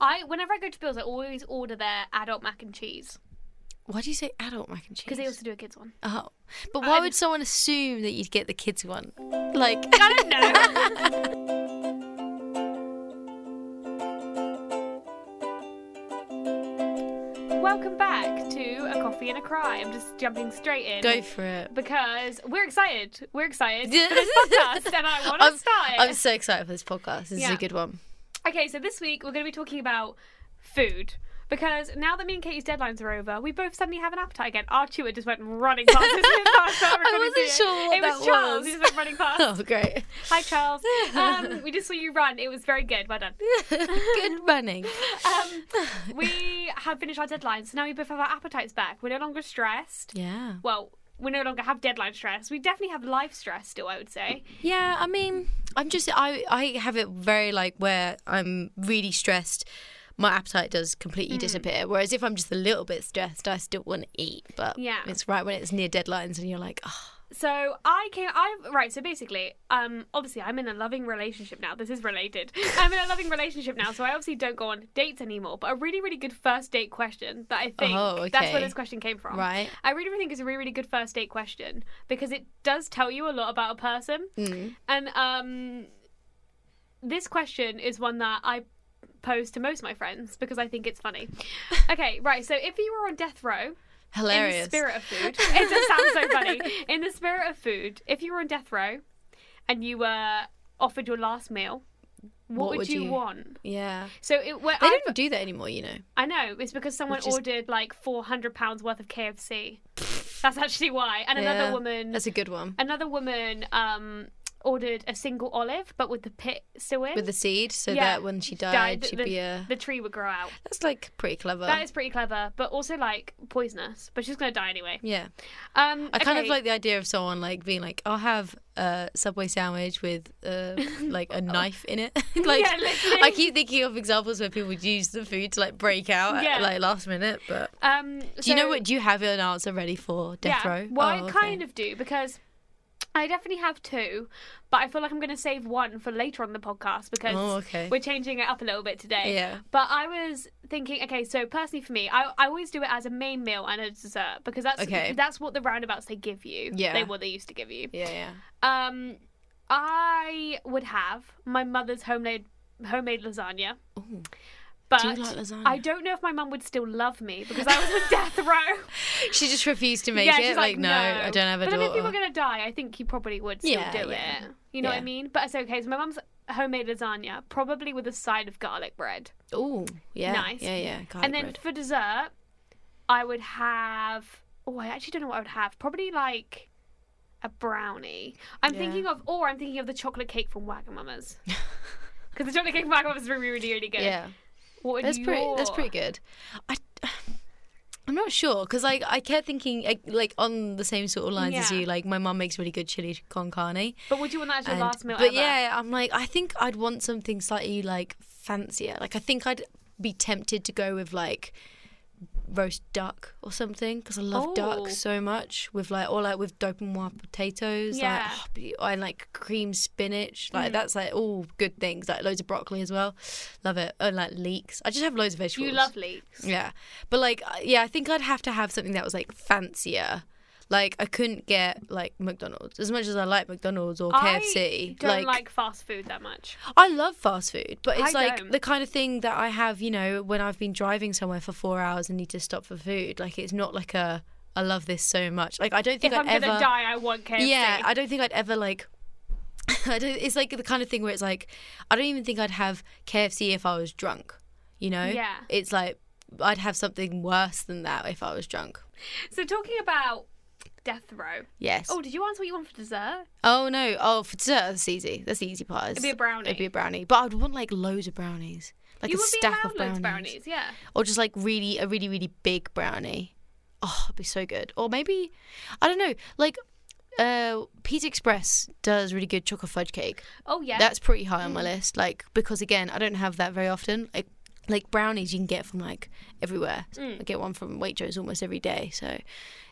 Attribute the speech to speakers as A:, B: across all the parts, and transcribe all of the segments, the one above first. A: I whenever I go to Bill's, I always order their adult mac and cheese
B: Why do you say adult mac and cheese?
A: because they also do a kids one.
B: Oh, but why
A: I-
B: would someone assume that you'd get the kids one? Like,
A: I don't know. Welcome back to a coffee and a cry. I'm just jumping straight in.
B: go for it.
A: because we're excited. We're excited for this podcast, and I want
B: I'm,
A: to start it.
B: I'm so excited for this podcast. This is
A: Yeah.
B: a good one.
A: Okay, so this week we're going to be talking about food. Because now that me and Katie's deadlines are over, we both suddenly have an appetite again. Our tutor just went running past us. as fast as
B: I
A: recording
B: wasn't
A: video.
B: sure what
A: it
B: that
A: was Charles.
B: was.
A: He just went running past.
B: Oh, great.
A: Hi, Charles. Um, we just saw you run. It was very good. Well done.
B: good running.
A: Um, we have finished our deadlines, so now we both have our appetites back. We're no longer stressed.
B: Yeah.
A: Well, we no longer have deadline stress. We definitely have life stress still, I would say.
B: Yeah, I mean, I'm just I I have it very like where I'm really stressed, my appetite does completely
A: Hmm.
B: disappear. Whereas if I'm just a little bit stressed, I still want to eat. But
A: Yeah.
B: it's right when it's near deadlines and you're like, oh,
A: So I came. I right. So basically, um, obviously, I'm in a loving relationship now. This is related. I'm in a loving relationship now, so I obviously don't go on dates anymore. But a really, really good first date question that I think
B: Oh,
A: that's where
B: okay.
A: this question came from.
B: Right.
A: I really, really think it's a really, really good first date question because it does tell you a lot about a person.
B: Mm.
A: And um, this question is one that I pose to most of my friends because I think it's funny. okay, right. So if you were on death row. In the
B: hilarious.
A: spirit of food. It just sounds so funny. In the spirit of food, if you were on death row and you were offered your last meal, what, would, you, want?
B: Yeah,
A: So it where
B: they
A: I,
B: don't do that anymore. You know,
A: I know it's because someone
B: Which is-
A: ordered like 400 pounds worth of KFC. That's actually why. And another
B: Yeah,
A: woman
B: that's a good one
A: another woman um ordered a single olive but with the pit still in.
B: with the seed, so
A: Yeah.
B: that when she died,
A: Died,
B: she'd
A: the,
B: be a.
A: the tree would grow out.
B: That's like pretty clever.
A: That is pretty clever, but also like poisonous. But she's gonna die anyway.
B: yeah,
A: Um,
B: I kind of
A: okay.
B: like the idea of someone like being like, I'll have a subway sandwich with uh, like a knife in it. like
A: Yeah, literally.
B: I keep thinking of examples where people would use the food to like break out at,
A: Yeah.
B: like last minute. But
A: Um,
B: do you know
A: so-
B: what? Do you have an answer ready for death
A: yeah,
B: row?
A: Well, I
B: Oh, okay.
A: kind of do because I definitely have two, but I feel like I'm going to save one for later on in the podcast because
B: Oh, okay.
A: we're changing it up a little bit today.
B: Yeah.
A: But I was thinking, okay, so personally for me, I, I always do it as a main meal and a dessert because that's
B: Okay.
A: that's what the roundabouts they give you.
B: Yeah.
A: They what they used to give you.
B: Yeah, yeah.
A: Um, I would have my mother's homemade homemade lasagna.
B: Ooh.
A: But
B: Do you like lasagna?
A: I don't know if my mum would still love me because I was on death row.
B: She just refused to make it.
A: she's
B: like, no, I don't have a
A: but
B: daughter.
A: then if you were going to die, I think you probably would still
B: Yeah,
A: do
B: yeah.
A: it. You know what I
B: Yeah.
A: mean? But it's okay. So my mum's homemade lasagna, probably with a side of garlic bread.
B: Ooh, yeah,
A: Nice.
B: yeah, yeah. Garlic
A: and then
B: bread.
A: for dessert, I would have. Oh, I actually don't know what I would have. Probably like a brownie. I'm
B: Yeah.
A: thinking of, or I'm thinking of the chocolate cake from Wagamama's. Because the chocolate cake from Wagamama's is really, really, really good.
B: yeah.
A: What would
B: That's pretty. That's
A: your-
B: pretty good. I, I'm not sure because like I kept thinking like, like on the same sort of lines as
A: Yeah.
B: you. Like my mum makes really good chili con carne.
A: But would you want that as your
B: and-
A: last meal
B: but
A: ever?
B: yeah, I'm like I think I'd want something slightly like fancier. Like I think I'd be tempted to go with like roast duck or something because I love
A: Oh.
B: duck so much with like or like with dopamine potatoes
A: Yeah. Mm.
B: like oh, be- and like cream spinach like that's like all good things like loads of broccoli as well love it and like leeks I just have loads of vegetables
A: You love leeks.
B: yeah. But like I- yeah, I think I'd have to have something that was like fancier. Like I couldn't get like McDonald's as much as I like McDonald's or
A: I
B: KFC.
A: don't like, fast food that much.
B: I love fast food, but it's
A: I
B: like
A: don't.
B: the kind of thing that I have, you know, when I've been driving somewhere for 4 hours and need to stop for food. Like it's not like a I love this so much. Like I don't
A: If
B: think
A: I'm
B: I'd ever
A: gonna die, I want KFC.
B: yeah, I don't think I'd ever like. I don't, it's like the kind of thing where it's like, I don't even think I'd have KFC if I was drunk. You know?
A: Yeah.
B: It's like I'd have something worse than that if I was drunk.
A: So talking about death row.
B: Yes.
A: Oh,
B: Oh,
A: did you answer what you want for dessert?
B: no. Oh, for dessert, that's easy. That's the easy part.
A: It'd be a brownie.
B: It'd be a brownie, but I'd want like loads of brownies, like
A: you
B: a
A: would
B: stack
A: be
B: of
A: allowed loads
B: brownies.
A: of brownies, yeah.
B: or just like really a really really big brownie. Oh, it'd be so good. Or maybe, I don't know, like. Uh, Pizza Express does really good chocolate fudge cake.
A: Oh yeah.
B: That's pretty high on my list. Like because again, I don't have that very often. Like like brownies you can get from like everywhere.
A: Mm.
B: I get one from Waitrose almost every day, so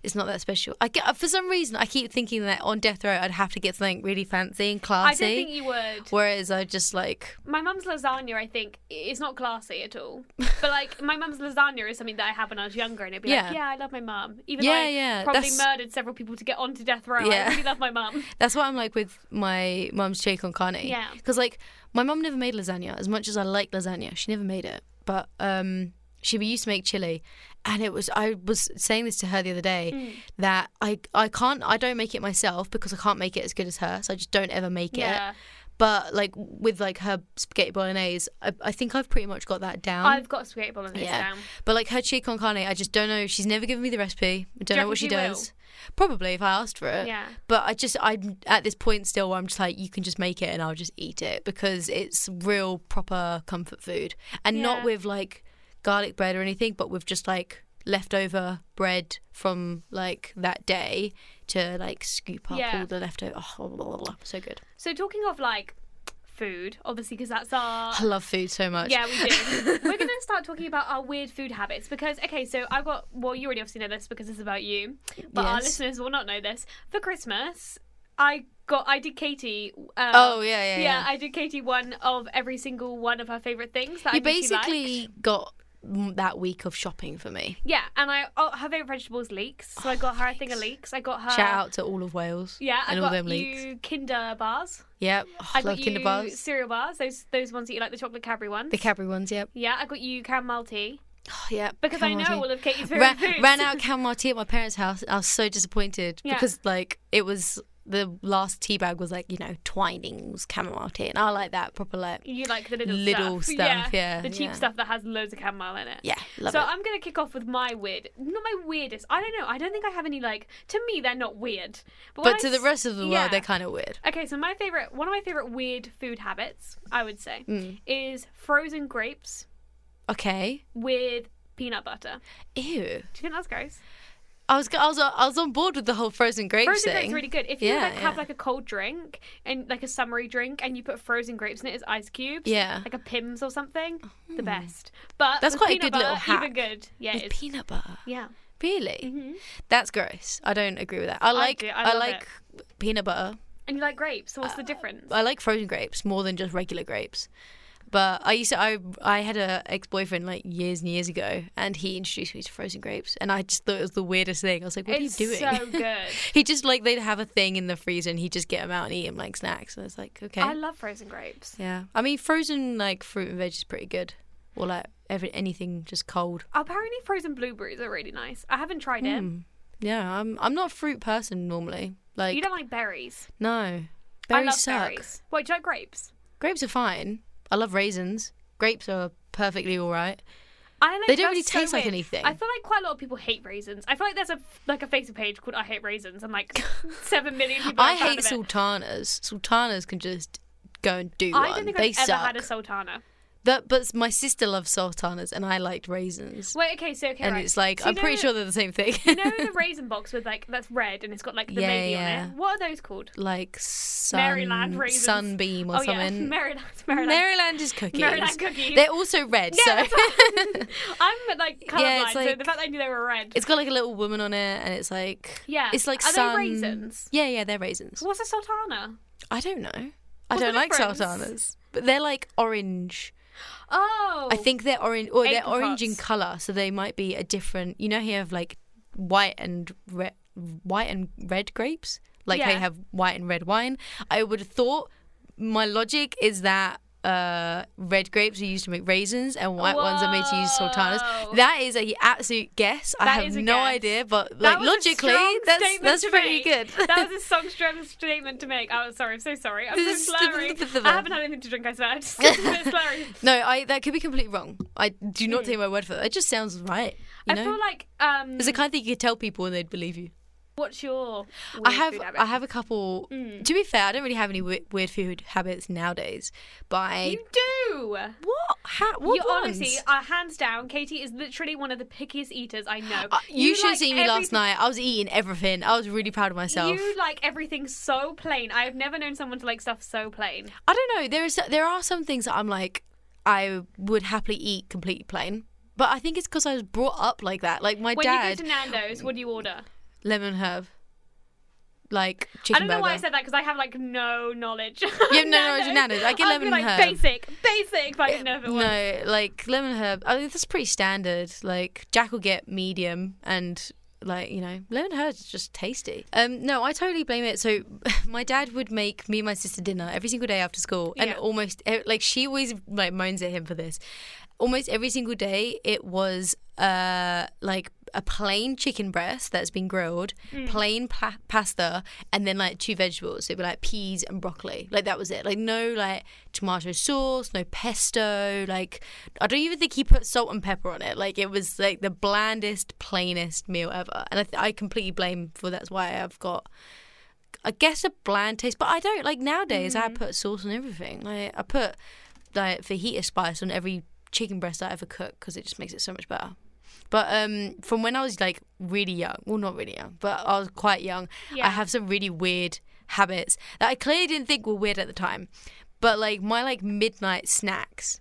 B: it's not that special. I get for some reason I keep thinking that on death row I'd have to get something really fancy and
A: I
B: classy,
A: don't think you would.
B: whereas I just like
A: My mum's lasagna, I think, is not classy at all. But like, my mum's lasagna is something that I had when I was younger, and it'd be
B: Yeah.
A: like, yeah, I love my mum, even
B: Yeah,
A: though I
B: yeah,
A: probably
B: that's-
A: murdered several people to get onto death row.
B: Yeah.
A: I really love my mum.
B: that's what I'm like with my mum's cheek on carne.
A: Yeah.
B: because like my mum never made lasagna as much as I like lasagna. She never made it, but um, she used to make chili, and it was I was saying this to her the other day
A: Mm.
B: that I I can't I don't make it myself because I can't make it as good as her, so I just don't ever make it.
A: Yeah,
B: but like with like her spaghetti bolognese i, I think i've pretty much got that down
A: I've got spaghetti bolognese
B: yeah.
A: down.
B: but like her cheek on carne i just don't know she's never given me the recipe i
A: Do
B: don't
A: you
B: know what
A: reckon
B: she
A: she will?
B: does probably if i asked for it
A: Yeah.
B: but i just i'm at this point still where i'm just like you can just make it and i'll just eat it because it's real proper comfort food and not
A: Yeah.
B: with like garlic bread or anything but with just like leftover bread from like that day to like scoop up
A: Yeah.
B: all the leftover oh, blah, blah, blah. so good
A: So talking of like food, obviously, because that's our
B: i love food so much
A: Yeah, we do. We're going to start talking about our weird food habits because, okay, so I've got, well, you already obviously know this because it's about you, but our
B: Yes.
A: listeners will not know this. For Christmas, I got, I did Katie. Uh,
B: Oh, yeah, yeah, yeah.
A: I did Katie one of every single one of her favourite things that
B: you
A: I knew she liked.
B: basically got m- that week of shopping for me.
A: Yeah, and I, oh, her favourite vegetable is leeks. So I got her a thing of leeks. I got her.
B: Shout out to all of Wales.
A: Uh, Yeah, I
B: and
A: got
B: all them
A: you
B: leaks.
A: Kinder bars.
B: Yep. Oh,
A: I
B: love
A: got you
B: Kinder bars.
A: cereal bars. Those those ones that you like, the chocolate Cadbury ones.
B: The Cadbury ones. Yep.
A: yeah, I got you caramel tea
B: Oh, yep.
A: because I
B: Canmar
A: know
B: tea.
A: all of Katie's
B: Ra-
A: favourite foods.
B: ran out of Canmar tea at my parents' house. I was so disappointed
A: Yeah.
B: because like it was the last tea bag was like you know Twinings chamomile tea, and I like that proper like
A: You like the little,
B: Little stuff, yeah,
A: the cheap
B: yeah.
A: stuff that has loads of chamomile in it.
B: yeah love
A: so
B: it.
A: I'm gonna kick off with my weird, not my weirdest. I don't know. I don't think I have any like. To me, they're not weird. when
B: but
A: I
B: to the
A: s-
B: rest of the world,
A: yeah.
B: they're kind of weird.
A: Okay, so my favorite, one of my favorite weird food habits, I would say,
B: Mm.
A: is frozen grapes
B: Okay.
A: with peanut butter.
B: Ew.
A: Do you think that's gross?
B: I was I was I was on board with the whole frozen grapes
A: Frozen
B: thing.
A: grapes are really good. If you
B: Yeah,
A: like have
B: yeah.
A: like a cold drink and like a summery drink, and you put frozen grapes in it as ice cubes,
B: Yeah. Hmm.
A: like a Pims or something, the best. But
B: That's
A: with
B: quite a
A: peanut
B: good little
A: butter,
B: hack.
A: Even good, yeah,
B: With
A: it's,
B: peanut butter.
A: yeah.
B: Really? That's gross. I don't agree with that. I like
A: do.
B: I,
A: I love
B: like peanut butter.
A: And you like grapes? So what's
B: Uh,
A: the difference?
B: I like frozen grapes more than just regular grapes. But I used to I I had a ex boyfriend like years and years ago, and he introduced me to frozen grapes, and I just thought it was the weirdest thing. I was like, "What
A: it's
B: are you doing?"
A: so good.
B: he just like they'd have a thing in the freezer, and he'd just get them out and eat them like snacks. And I was like, "Okay,
A: I love frozen grapes.
B: yeah." I mean, frozen like fruit and veg is pretty good, or like every anything just cold.
A: Apparently, frozen blueberries are really nice. I haven't tried it.
B: Yeah, I'm I'm not a fruit person normally. Like
A: You don't like berries?
B: no,
A: I
B: Hmm. berries
A: love
B: suck.
A: berries. Wait, do you like grapes?
B: Grapes are fine. I love raisins. Grapes are perfectly all right.
A: I like.
B: They
A: that's
B: don't really
A: so
B: taste like
A: weird.
B: anything.
A: I feel like quite a lot of people hate raisins. I feel like there's a like a Facebook page called "I Hate Raisins" and like seven million people. are
B: I
A: a fan
B: hate
A: of it.
B: sultanas. Sultanas can just go and do
A: I
B: one.
A: don't think
B: they
A: I've
B: suck.
A: ever had a sultana.
B: That- but my sister loves sultanas, and I liked raisins.
A: Wait, okay, so okay,
B: and
A: right.
B: it's like
A: So you
B: I'm pretty
A: know-
B: sure they're the same thing.
A: You know the raisin box with like that's red and it's got like the
B: Yeah,
A: lady
B: yeah.
A: on it. What are those called?
B: like sun,
A: Maryland raisins.
B: sunbeam or
A: oh yeah,
B: something.
A: Maryland, Maryland.
B: Maryland is cookies.
A: Maryland cookies.
B: They're also red,
A: Yeah,
B: so
A: that's what- I'm like colorblind,
B: Yeah, it's
A: so
B: like-
A: the fact that I knew they were red.
B: it's got like a little woman on it, and it's like
A: Yeah.
B: it's like
A: Are they
B: sun.
A: raisins?
B: Yeah, yeah, they're raisins.
A: What's a sultana?
B: I don't know. I
A: What's the
B: don't like
A: difference?
B: sultanas, but they're like orange.
A: Oh,
B: I think they're orange, or they're
A: Apricots.
B: orange in color, so they might be a different. You know, how you have like white and red, white and red grapes. Like how you
A: Yeah.
B: have white and red wine. I would have thought my logic is that uh, red grapes are used to make raisins, and white ones are made to use sultanas.
A: Whoa.
B: That is a absolute guess. I
A: That
B: have
A: is a
B: no
A: guess.
B: idea, but
A: That
B: like
A: was a
B: logically,
A: strong
B: that's
A: statement
B: that's
A: to
B: pretty
A: make.
B: good.
A: that was a strong strong statement to make. Oh, sorry, I'm so sorry. I'm
B: This
A: so
B: is-
A: slurry. I haven't had anything to drink. I said it's a bit slurry.
B: no, I that could be completely wrong. I do not take my word for it. It just sounds right.
A: Hmm.
B: You
A: I
B: know?
A: feel like um,
B: It's the kind of thing you could tell people and they'd believe you.
A: what's your? Weird
B: I have
A: Food Mm. habit?
B: I have a couple. To be fair, I don't really have any we- weird food habits nowadays. But I,
A: You do.
B: what? Ha, what
A: you
B: ones?
A: honestly, uh, hands down, Katie is literally one of the pickiest eaters I know.
B: Uh, you, should have
A: like
B: seen me last
A: everything-
B: night. I was eating everything. I was really proud of myself.
A: You like everything so plain. I have never known someone to like stuff so plain.
B: I don't know. There is there are some things that I'm like I would happily eat completely plain. But I think it's because I was brought up like that. Like my
A: When you
B: dad,
A: go to Nando's, what do you order?
B: lemon herb, like chicken
A: I don't know
B: burger.
A: why I said that because I have like no knowledge.
B: have no knowledge of Nando's. I get
A: I'll be
B: lemon
A: like,
B: herb.
A: Basic, basic, but I didn't know if it was.
B: no, like lemon herb. I think that's pretty standard. Like Jack will get medium, and like you know, lemon herb is just tasty. Um, no, I totally blame it. So my dad would make me and my sister dinner every single day after school, and
A: Yeah.
B: almost e- like she always like moans at him for this. Almost every single day, it was uh like a plain chicken breast that's been grilled, plain pla- pasta, and then like two vegetables. So it'd be like peas and broccoli. Like that was it. Like no like tomato sauce, no pesto. Like I don't even think he put salt and pepper on it. Like it was like the blandest, plainest meal ever. And I, th- I completely blame for that's why I've got. I guess a bland taste, but I don't like nowadays. I put sauce on everything. Like I put like fajita spice on every chicken breast I ever cook because it just makes it so much better. But um, from when I was like really young, well, not really young, but I was quite young,
A: Yeah.
B: I have some really weird habits that I clearly didn't think were weird at the time. But like my like midnight snacks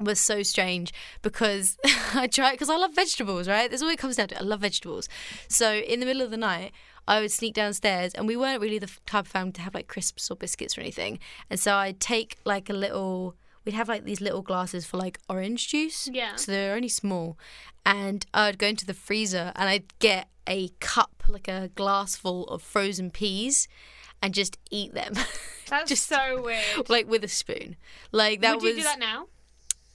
B: was so strange because I try because I love vegetables, right? That's all it comes down to. I love vegetables. So in the middle of the night, I would sneak downstairs, and we weren't really the f- type of family to have like crisps or biscuits or anything. And so I'd take like a little. We'd have like these little glasses for like orange juice.
A: Yeah.
B: So they're only small, and I'd go into the freezer and I'd get a cup, like a glass full of frozen peas, and just eat them,
A: That's
B: just-
A: so weird.
B: like with a spoon. Like that
A: Would
B: was.
A: you do that now?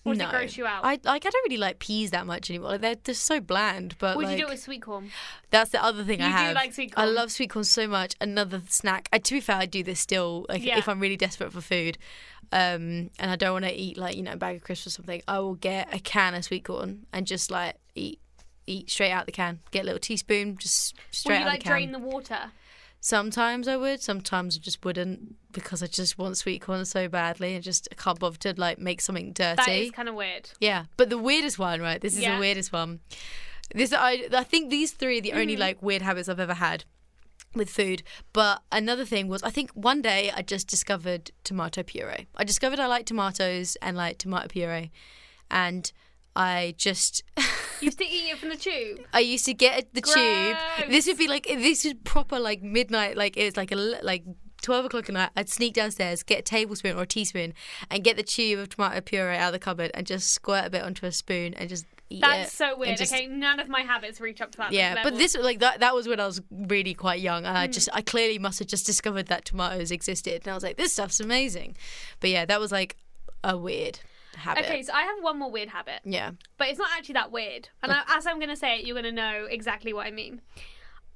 A: Or does it gross you out?
B: I like I don't really like peas that much anymore. Like they're just so bland. But
A: Would
B: like,
A: you do it with sweet corn?
B: that's the other thing I
A: You do
B: have.
A: like sweet
B: I
A: corn.
B: love sweet corn so much. Another snack. I, to be fair, I do this still. Like
A: Yeah.
B: if I'm really desperate for food, um, and I don't want to eat like you know a bag of crisps or something, I will get a can of sweet corn and just like eat eat straight out the can. Get a little teaspoon, just straight
A: Would you
B: out
A: like
B: the can.
A: drain the water?
B: Sometimes I would, sometimes I just wouldn't because I just want sweet corn so badly. I just I can't bother to like make something dirty.
A: That is kind of weird.
B: Yeah, but the weirdest one, right? This is
A: Yeah.
B: the weirdest one. This I I think these three are the only like weird habits I've ever had with food. But another thing was I think one day I just discovered tomato puree. I discovered I like tomatoes and like tomato puree, and I just
A: You used to eat it from the tube.
B: I used to get the tube.
A: Gross.
B: This would be like this is proper like midnight. Like it's like a li- like twelve o'clock at night. I'd sneak downstairs, get a tablespoon or a teaspoon, and get the tube of tomato puree out of the cupboard and just squirt a bit onto a spoon and just eat it.
A: That's so
B: and
A: weird.
B: just-
A: okay, none of my habits reach up to that.
B: Yeah,
A: level. Hmm.
B: but this like that that was when I was really quite young, and I just I clearly must have just discovered that tomatoes existed, and I was like, this stuff's amazing. But yeah, that was like a weird habit.
A: Okay, so I have one more weird habit,
B: Yeah.
A: but it's not actually that weird. And I, as I'm going to say it, you're going to know exactly what I mean.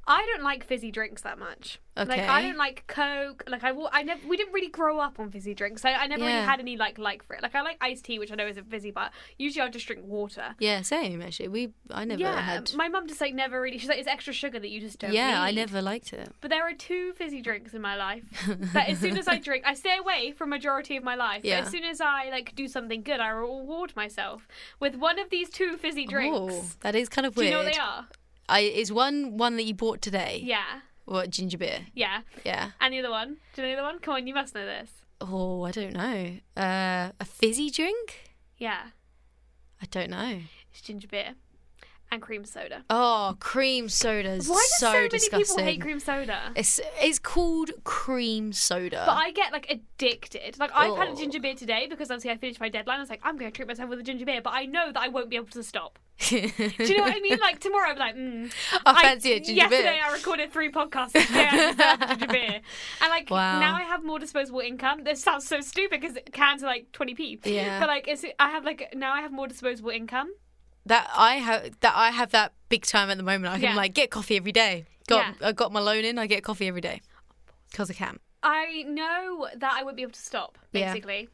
A: I don't like fizzy drinks that much. Like I
B: Okay.
A: don't like Coke. Like I, wa- I never, we didn't really grow up on fizzy drinks. So I never
B: Yeah.
A: really had any like like for it. Like I like iced tea, which I know isn't fizzy, but usually I'll just drink water.
B: Yeah, same actually. We I never
A: yeah,
B: had.
A: my mum just like never really. She's like, it's extra sugar that you just don't.
B: Yeah, I
A: need."
B: never liked it.
A: But there are two fizzy drinks in my life that as soon as I drink, I stay away from majority of my life.
B: Yeah.
A: But as soon as I like do something good, I reward myself with one of these two fizzy drinks.
B: Oh, that is kind of
A: do
B: weird.
A: you know what they are?
B: I is one one that you bought today.
A: Yeah,
B: What ginger beer?
A: yeah.
B: Yeah.
A: And the other one? Do you know the other one? Come on, you must know this.
B: Oh, I don't know. Uh, a fizzy drink?
A: Yeah,
B: I don't know.
A: it's ginger beer and cream soda.
B: Oh, cream sodas.
A: Why do so,
B: so,
A: many
B: disgusting.
A: people hate cream soda?
B: It's it's called cream soda.
A: But I get like addicted. Like I've had a
B: Oh.
A: ginger beer today because obviously I finished my deadline. I was like, I'm going to treat myself with a ginger beer, but I know that I won't be able to stop. Do you know what I mean? Like tomorrow, I'm like, mm,
B: I fancy a ginger
A: yesterday
B: beer.
A: I recorded three podcasts. Today I deserve a ginger beer, and like
B: Wow.
A: now I have more disposable income. This sounds so stupid because cans are like twenty p.
B: Yeah.
A: But like, it's, I have like now I have more disposable income.
B: that I have that I have that big time at the moment. I can
A: Yeah.
B: like get coffee every day. Got
A: Yeah.
B: I got my loan in. I get coffee every day because I can.
A: I know that I won't be able to stop
B: Yeah.
A: basically,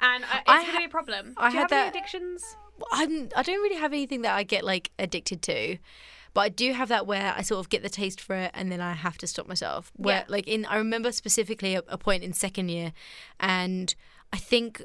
A: and I, it's
B: I
A: going
B: ha-
A: to be a problem.
B: I
A: Do you
B: had
A: have any
B: that-
A: addictions?
B: I'm, I don't really have anything that I get like addicted to, but I do have that where I sort of get the taste for it and then I have to stop myself. Where
A: Yeah.
B: like in, I remember specifically a, a point in second year, and I think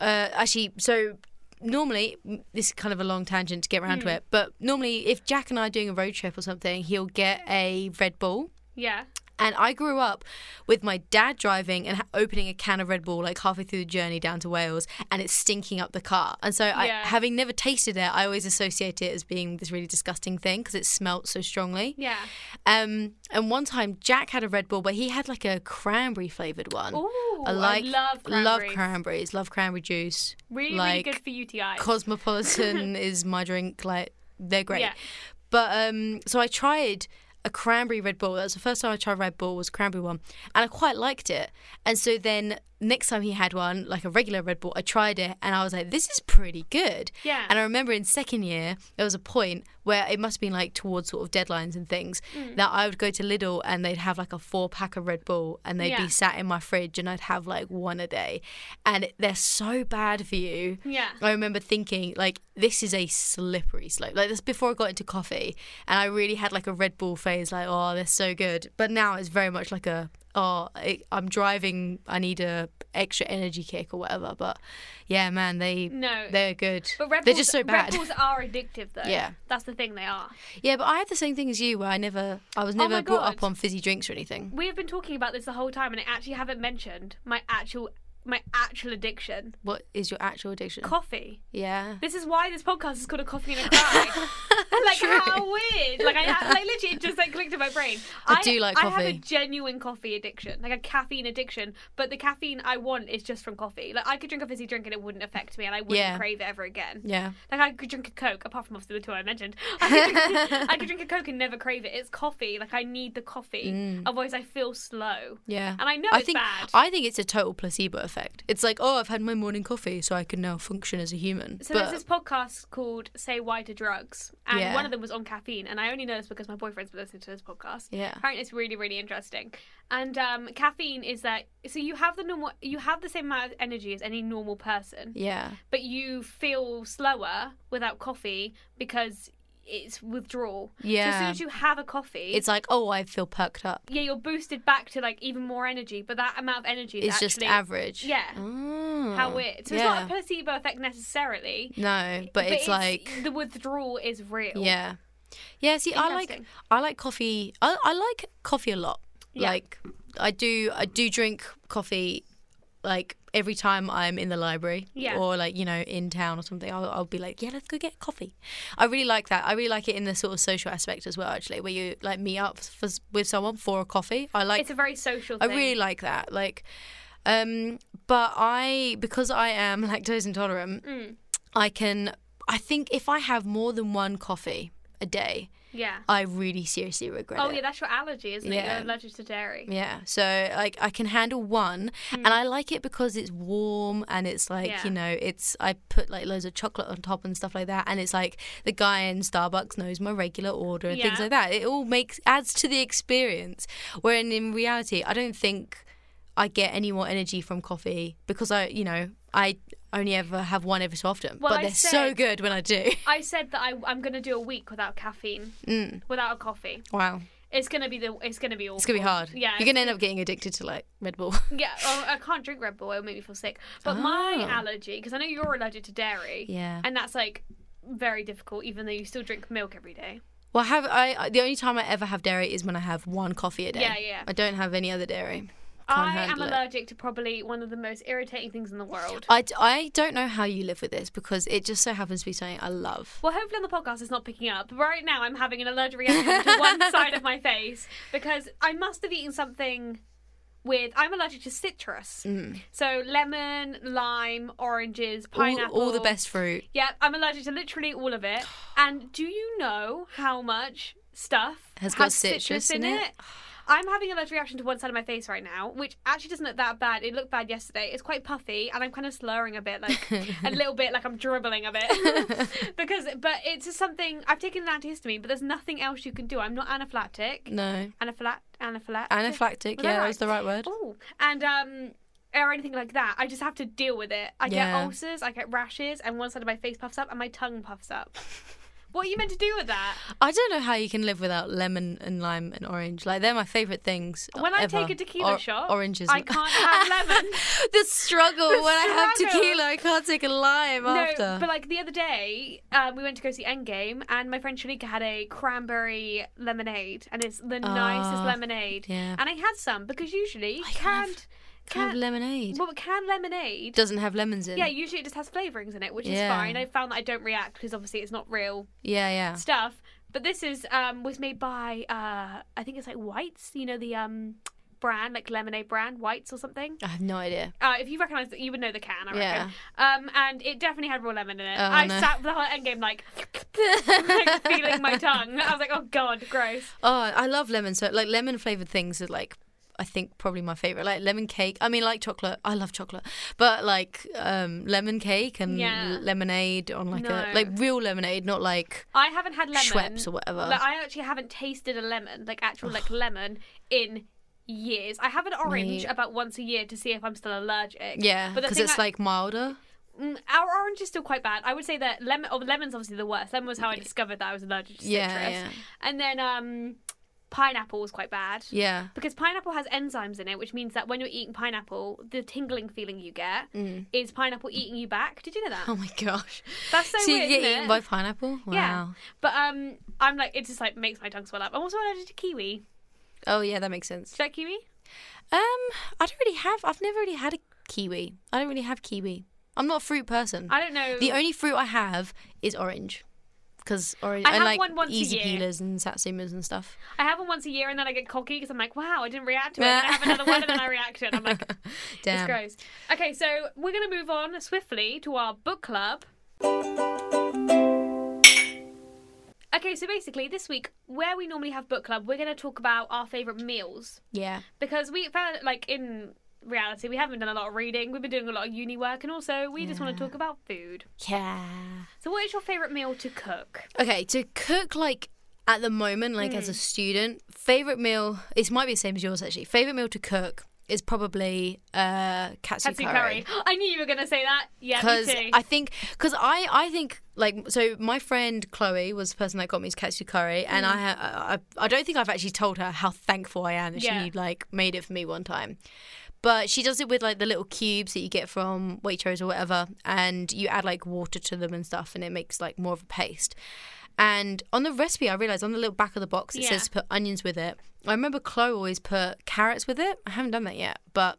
B: uh, actually so. Normally, m- this is kind of a long tangent to get around to it, but normally, if Jack and I are doing a road trip or something, he'll get a Red Bull
A: Yeah.
B: And I grew up with my dad driving and ha- opening a can of Red Bull like halfway through the journey down to Wales and it's stinking up the car. And so, I,
A: Yeah.
B: having never tasted it, I always associate it as being this really disgusting thing because it smelt so strongly.
A: Yeah.
B: Um, and one time, Jack had a Red Bull, but he had like a cranberry flavored one.
A: Ooh, I love
B: love
A: cranberry.
B: cranberries, love cranberry juice.
A: Really,
B: like,
A: really good for UTI.
B: Cosmopolitan is my drink. Like they're great.
A: Yeah.
B: But um, so I tried a cranberry Red Bull. That was the first time I tried Red Bull was a cranberry one, and I quite liked it. And so then next time he had one, like a regular Red Bull, I tried it, and I was like, this is pretty good.
A: Yeah.
B: And I remember in second year there was a point where it must have been like towards sort of deadlines and things
A: Mm.
B: that I would go to Lidl and they'd have like a four pack of Red Bull and they'd
A: Yeah.
B: be sat in my fridge and I'd have like one a day, and they're so bad for you.
A: yeah.
B: I remember thinking, like, this is a slippery slope. Like, this before I got into coffee, and I really had like a Red Bull phase, like, oh, they're so good. But now it's very much like a, oh, I, I'm driving, I need a extra energy kick or whatever. But yeah, man, they
A: No.
B: they're good.
A: But Red
B: they're
A: Bulls,
B: just so
A: Red
B: bad.
A: Bulls are addictive, though.
B: Yeah.
A: That's the thing, they are.
B: yeah, but I had the same thing as you, where I never, I was
A: Oh my
B: never brought up
A: God.
B: on fizzy drinks or anything.
A: We have been talking about this the whole time, and I actually haven't mentioned my actual my actual addiction
B: What is your actual addiction?
A: coffee.
B: yeah.
A: This is why this podcast is called a coffee and a cry. like
B: True.
A: how weird! Like I ha- like literally it just like clicked in my brain.
B: I do like
A: I have a
B: coffee.
A: genuine coffee addiction, like a caffeine addiction. But the caffeine I want is just from coffee. Like I could drink a fizzy drink and it wouldn't affect me, and I wouldn't
B: Yeah.
A: crave it ever again.
B: Yeah.
A: Like I could drink a Coke, apart from obviously the two I mentioned. I could, drink, I could drink a Coke and never crave it. It's coffee. Like I need the coffee,
B: Mm.
A: otherwise I feel slow.
B: Yeah.
A: And I know it's
B: think
A: bad.
B: I think it's a total placebo effect. It's like, oh, I've had my morning coffee, so I can now function as a human.
A: So
B: but
A: there's this podcast called "Say Why to Drugs," and
B: Yeah.
A: one of them was on caffeine. And I only know this because my boyfriend's been listening to this podcast.
B: Yeah.
A: apparently it's really, really interesting. And um, caffeine is that so you have the normal, you have the same amount of energy as any normal person,
B: yeah,
A: but you feel slower without coffee because it's withdrawal. So as soon
B: Yeah.
A: as you have a coffee,
B: it's like, oh, I feel perked up.
A: yeah, you're boosted back to like even more energy, but that amount of energy is
B: It's just
A: actually-
B: average.
A: Yeah.
B: Oh.
A: How weird. So
B: yeah.
A: it's not a placebo effect necessarily.
B: no, but, it's, like,
A: the withdrawal is real.
B: yeah, yeah. See, I like
A: Interesting.
B: I like coffee. I, I like coffee a lot.
A: Yeah.
B: Like, I do I do drink coffee. Like every time I'm in the library,
A: Yeah.
B: or like you know in town or something, I'll, I'll be like, yeah, let's go get coffee. I really like that. I really like it in the sort of social aspect as well. Actually, where you like meet up for, with someone for a coffee. I like
A: It's a very social
B: I
A: thing.
B: really like that. Like, um, but I because I am lactose intolerant, I can. I think if I have more than one coffee a day,
A: Yeah.
B: I really seriously regret
A: Oh
B: it.
A: yeah, that's your allergy, isn't it?
B: Yeah.
A: You're allergic to dairy.
B: Yeah, so like I can handle one, and I like it because it's warm and it's like
A: Hmm. Yeah.
B: you know it's I put like loads of chocolate on top and stuff like that, and it's like the guy in Starbucks knows my regular order and things
A: Yeah.
B: like that. It all makes adds to the experience. Wherein in reality, I don't think I get any more energy from coffee because I you know I only ever have one every so often,
A: Well,
B: but
A: I
B: they're so
A: said-
B: good when I do.
A: I said that I, I'm going to do a week without caffeine, mm. without a coffee.
B: wow,
A: It's going to be the. It's going to be awful.
B: it's gonna be hard.
A: Yeah,
B: you're gonna end up getting addicted to like Red Bull.
A: yeah. Oh, I can't drink Red Bull; it'll make me feel sick. But my allergy, because I know you're allergic to dairy.
B: Oh. Yeah.
A: And that's like very difficult, even though you still drink milk every day.
B: Well, I have I I- the only time I ever have dairy is when I have one coffee a day.
A: Yeah, yeah.
B: I don't have any other dairy. Can't
A: I am
B: handle it.
A: allergic to probably one of the most irritating things in the world.
B: I, d- I don't know how you live with this because it just so happens to be something I love.
A: Well, hopefully on the podcast it's not picking up. But right now I'm having an allergic reaction to one side of my face because I must have eaten something with. I'm allergic to citrus, so lemon, lime, oranges,
B: Mm. All,
A: pineapple,
B: all the best fruit.
A: Yeah, I'm allergic to literally all of it. And do you know how much stuff
B: Has got citrus in it?
A: I'm having an allergic reaction to one side of my face right now, which actually doesn't look that bad. It looked bad yesterday. It's quite puffy, and I'm kind of slurring a bit, like a little bit, like I'm dribbling a bit. because, but it's just something I've taken an antihistamine, but there's nothing else you can do. I'm not anaphylactic.
B: No.
A: Anaphylact, anaphylactic.
B: Anaphylactic,
A: Was that
B: yeah,
A: right?
B: that's the right word.
A: Oh, and um, or anything like that. I just have to deal with it. I
B: Yeah.
A: get ulcers, I get rashes, and one side of my face puffs up and my tongue puffs up. What are you meant to do with that?
B: I don't know how you can live without lemon and lime and orange. Like they're my favorite things.
A: When I
B: ever.
A: take a tequila
B: Or-
A: shot,
B: oranges.
A: I can't have lemon.
B: the struggle
A: The
B: when I have
A: struggle.
B: tequila, I can't take a lime after.
A: No, but like the other day, um, we went to go see Endgame, and my friend Shalika had a cranberry lemonade, and it's the nicest
B: Ah,
A: lemonade.
B: yeah.
A: And I had some because usually
B: I can't have-
A: canned,
B: Can I have
A: canned,
B: lemonade.
A: well, canned lemonade.
B: Doesn't have lemons in.
A: Yeah, usually it just has flavourings in it, which
B: Yeah.
A: is fine. I found that I don't react because obviously it's not real
B: yeah, yeah.
A: stuff. But this is um, was made by uh, I think it's like Whites, you know the um, brand like lemonade brand Whites or something.
B: I have no idea.
A: Uh, if you recognise that, you would know the can. I
B: Yeah.
A: reckon. Um, and it definitely had raw lemon in it.
B: Oh,
A: I
B: no.
A: sat the whole end game like, like feeling my tongue. I was like, oh god, gross.
B: Oh, I love lemon. So like lemon flavored things are like I think probably my favorite. Like lemon cake. I mean, like chocolate. I love chocolate, but like um, lemon cake and
A: Yeah.
B: lemonade on like
A: No.
B: a like real lemonade, not like
A: I haven't had lemon.
B: Schweppes or whatever.
A: Like, I actually haven't tasted a lemon, like actual like lemon, in years. I have an orange
B: Me-
A: about once a year to see if I'm still allergic.
B: yeah,
A: but the
B: because
A: thing
B: it's
A: that-
B: like milder.
A: Mm, our orange is still quite bad. I would say that lemon, or lemon's obviously the worst. Lemon was how I discovered that I was allergic to
B: Yeah,
A: citrus.
B: yeah.
A: And then um, pineapple was quite bad.
B: Yeah.
A: Because pineapple has enzymes in it, which means that when you're eating pineapple, the tingling feeling you get is pineapple eating you back. Did you know
B: Mm. Oh
A: that?
B: my gosh.
A: That's so,
B: so you
A: weird.
B: get
A: isn't
B: eaten
A: it?
B: by pineapple? Wow.
A: Yeah. But um, I'm like, it just like makes my tongue swell up. I'm also allergic to kiwi.
B: Oh yeah, that makes sense.
A: Is that kiwi?
B: Um, I don't really have. I've never really had a kiwi. I don't really have kiwi. I'm not a fruit person.
A: I don't know.
B: The only fruit I have is orange, because orange.
A: I have
B: like
A: one once a
B: easy
A: year.
B: peelers and satsumas and stuff.
A: I have one once a year, and then I get cocky because I'm like, wow, I didn't react to it. And then I have another one, and then I react to it. I'm like,
B: Damn.
A: It's gross. Okay, so we're going to move on swiftly to our book club. Okay, so basically, this week, where we normally have book club, we're going to talk about our favourite meals.
B: Yeah.
A: Because we found, like, in reality, we haven't done a lot of reading, we've been doing a lot of uni work, and also we just want to talk about food.
B: Yeah.
A: So, what is your favourite meal to cook?
B: Okay, to cook like at the moment, like
A: Mm.
B: as a student, favorite meal. It might be the same as yours actually. Favorite meal to cook is probably uh, katsu,
A: Katsu curry. I knew you were going to say that. Yeah, me
B: because
A: too.
B: I think because I I think like so my friend Chloe was the person that got me katsu curry and
A: Mm.
B: I, ha- I I don't think I've actually told her how thankful I am that
A: Yeah.
B: she like made it for me one time. But she does it with like the little cubes that you get from Waitrose or whatever, and you add like water to them and stuff, and it makes like more of a paste. And on the recipe, I realized on the little back of the box it
A: Yeah.
B: says to put onions with it. I remember Chloe always put carrots with it. I haven't done that yet, but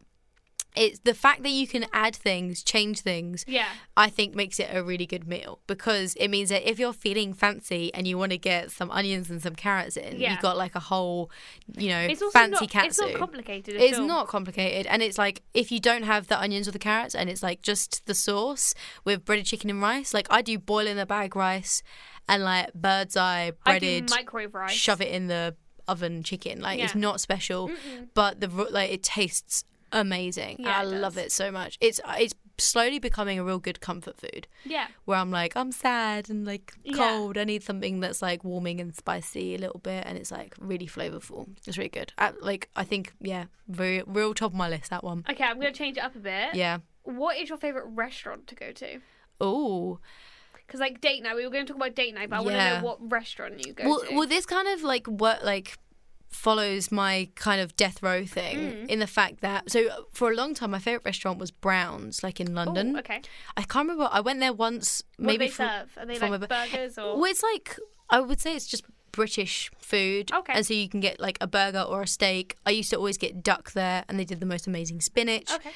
B: it's the fact that you can add things, change things.
A: Yeah.
B: I think makes it a really good meal because it means that if you're feeling fancy and you want to get some onions and some carrots in,
A: Yeah.
B: you've got like a whole, you know,
A: it's also
B: fancy
A: not,
B: katsu.
A: It's not complicated at
B: It's
A: all.
B: not complicated, and it's like if you don't have the onions or the carrots, and it's like just the sauce with breaded chicken and rice. Like I do boil in the bag rice, and like bird's eye
A: I do
B: breaded,
A: microwave rice.
B: shove it in the oven chicken. Like it's
A: Yeah. Mm-hmm.
B: not special, but the ro- like it tastes amazing.
A: Yeah,
B: I
A: it
B: love
A: does.
B: it so much. It's uh, it's slowly becoming a real good comfort food
A: Yeah.
B: where I'm like, I'm sad and like
A: Yeah.
B: cold. I need something that's like warming and spicy a little bit, and it's like really flavorful. It's really good. I, like I think, yeah, very real top of my list that one.
A: Okay, I'm going to change it up a bit.
B: Yeah.
A: What is your favorite restaurant to go to?
B: Oh.
A: Because like date night, we were going to talk about date night, but I want to
B: Yeah.
A: know what restaurant you go
B: Well,
A: to.
B: well, this kind of like what like follows my kind of death row thing
A: Mm.
B: in the fact that so uh, for a long time my favorite restaurant was Brown's, like in
A: Ooh,
B: London.
A: okay.
B: I can't remember. I went there once,
A: What do
B: maybe
A: they
B: for,
A: serve? Are they
B: from
A: like
B: a bu-
A: burgers or?
B: Well, it's like I would say it's just British food.
A: Okay.
B: And so you can get like a burger or a steak. I used to always get duck there, and they did the most amazing spinach.
A: okay.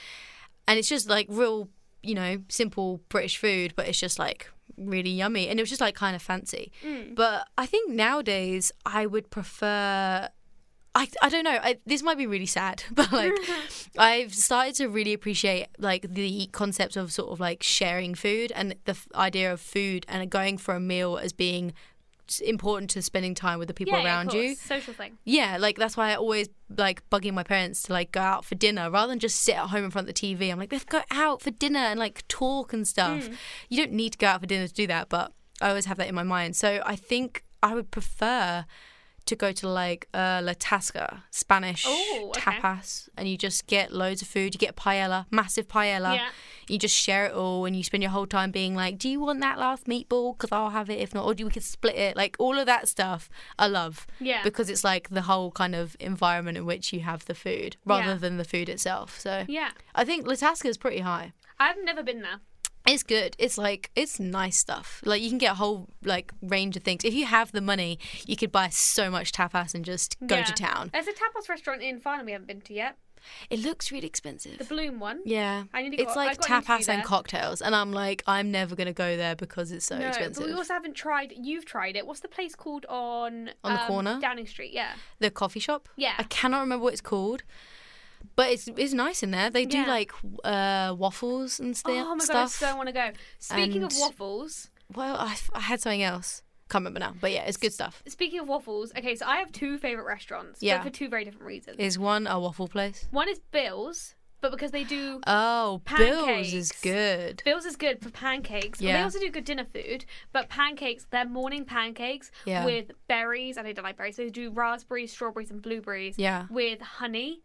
B: And it's just like real, you know, simple British food, but it's just like really yummy, and it was just like kind of fancy.
A: Mm.
B: But I think nowadays I would prefer. I, I don't know. I, this might be really sad, but like I've started to really appreciate like the concept of sort of like sharing food and the f- idea of food and going for a meal as being s- important to spending time with the people
A: Yeah, yeah,
B: around
A: of
B: you.
A: course. Social thing.
B: Yeah, like that's why I always like bugging my parents to like go out for dinner rather than just sit at home in front of the TV. I'm like, let's go out for dinner and like talk and stuff.
A: Hmm.
B: You don't need to go out for dinner to do that, but I always have that in my mind. So I think I would prefer to go to like uh, La Tasca, Spanish
A: Ooh, Oh, okay.
B: tapas, and you just get loads of food. You get paella, massive paella.
A: Yeah.
B: You just share it all, and you spend your whole time being like, "Do you want that last meatball? Because I'll have it. If not, or do we could split it? Like all of that stuff. I love
A: Yeah.
B: because it's like the whole kind of environment in which you have the food rather
A: Yeah.
B: than the food itself. So
A: Yeah.
B: I think La Tasca is pretty high.
A: I've never been there.
B: It's good. It's like it's nice stuff. Like you can get a whole like range of things. If you have the money, you could buy so much tapas and just go to
A: Yeah.
B: town.
A: There's a tapas restaurant in Farnham we haven't been to yet.
B: It looks really
A: The
B: expensive.
A: Bloom one.
B: Yeah.
A: I need to go-
B: It's
A: I
B: like
A: got an interview
B: tapas and
A: there.
B: cocktails and I'm like I'm never going to go there because it's so
A: no,
B: expensive.
A: but we also haven't tried. You've tried it. What's the place called on
B: On the
A: um,
B: corner?
A: Downing Street? Yeah,
B: the coffee shop?
A: yeah.
B: I cannot remember what it's called. But it's it's nice in there. They do
A: Yeah.
B: like w- uh, waffles and sti-
A: oh my god, I
B: stuff.
A: so want to go. Speaking of
B: And-
A: waffles,
B: Well, I, I had something else. Can't remember now. But yeah, it's good stuff.
A: speaking of waffles, okay, so I have two favorite restaurants,
B: Yeah.
A: but for two very different reasons.
B: Is one a waffle place?
A: One is Bill's, but because they do
B: Oh, Bill's is
A: Pancakes.
B: good.
A: Bill's is good for pancakes. Yeah. They
B: Yeah.
A: also do good dinner food, but pancakes, they're morning pancakes
B: Yeah.
A: with berries, and I don't like berries. They do raspberries, strawberries, and blueberries
B: Yeah. Mm.
A: with honey.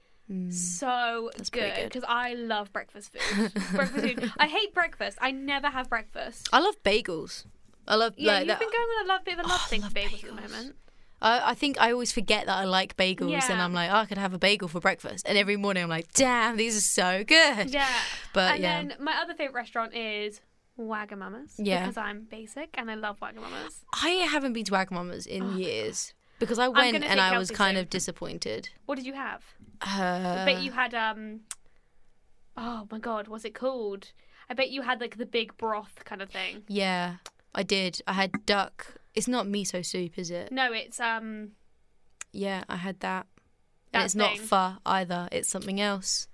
A: So
B: pretty
A: good
B: good.
A: because I love breakfast food. breakfast food. I hate breakfast. I never have breakfast.
B: I love bagels. I love
A: Yeah,
B: Oh, like
A: you've
B: that. Oh,
A: been going on a love bit of a love
B: I
A: thing
B: love
A: for bagels, at
B: bagels.
A: the moment.
B: I, I think I always forget that I like bagels, and
A: Yeah.
B: I'm like, oh, I could have a bagel for breakfast. And every morning I'm like, damn, these are so good.
A: Yeah.
B: But
A: and
B: yeah,
A: then my other favorite restaurant is Wagamama's.
B: Yeah.
A: Because I'm basic and I love Wagamama's.
B: I haven't been to Wagamama's in years because I
A: gonna
B: went
A: take
B: and I was
A: Kelsey
B: kind
A: soon.
B: of disappointed.
A: What did you have? I
B: Uh,
A: bet you had um Oh my god, what's it called? I bet you had like the big broth kind of thing.
B: yeah, I did. I had duck. It's not miso soup, is it?
A: No, it's um
B: Yeah, I had that.
A: That
B: and it's not
A: thing.
B: pho either. It's something else.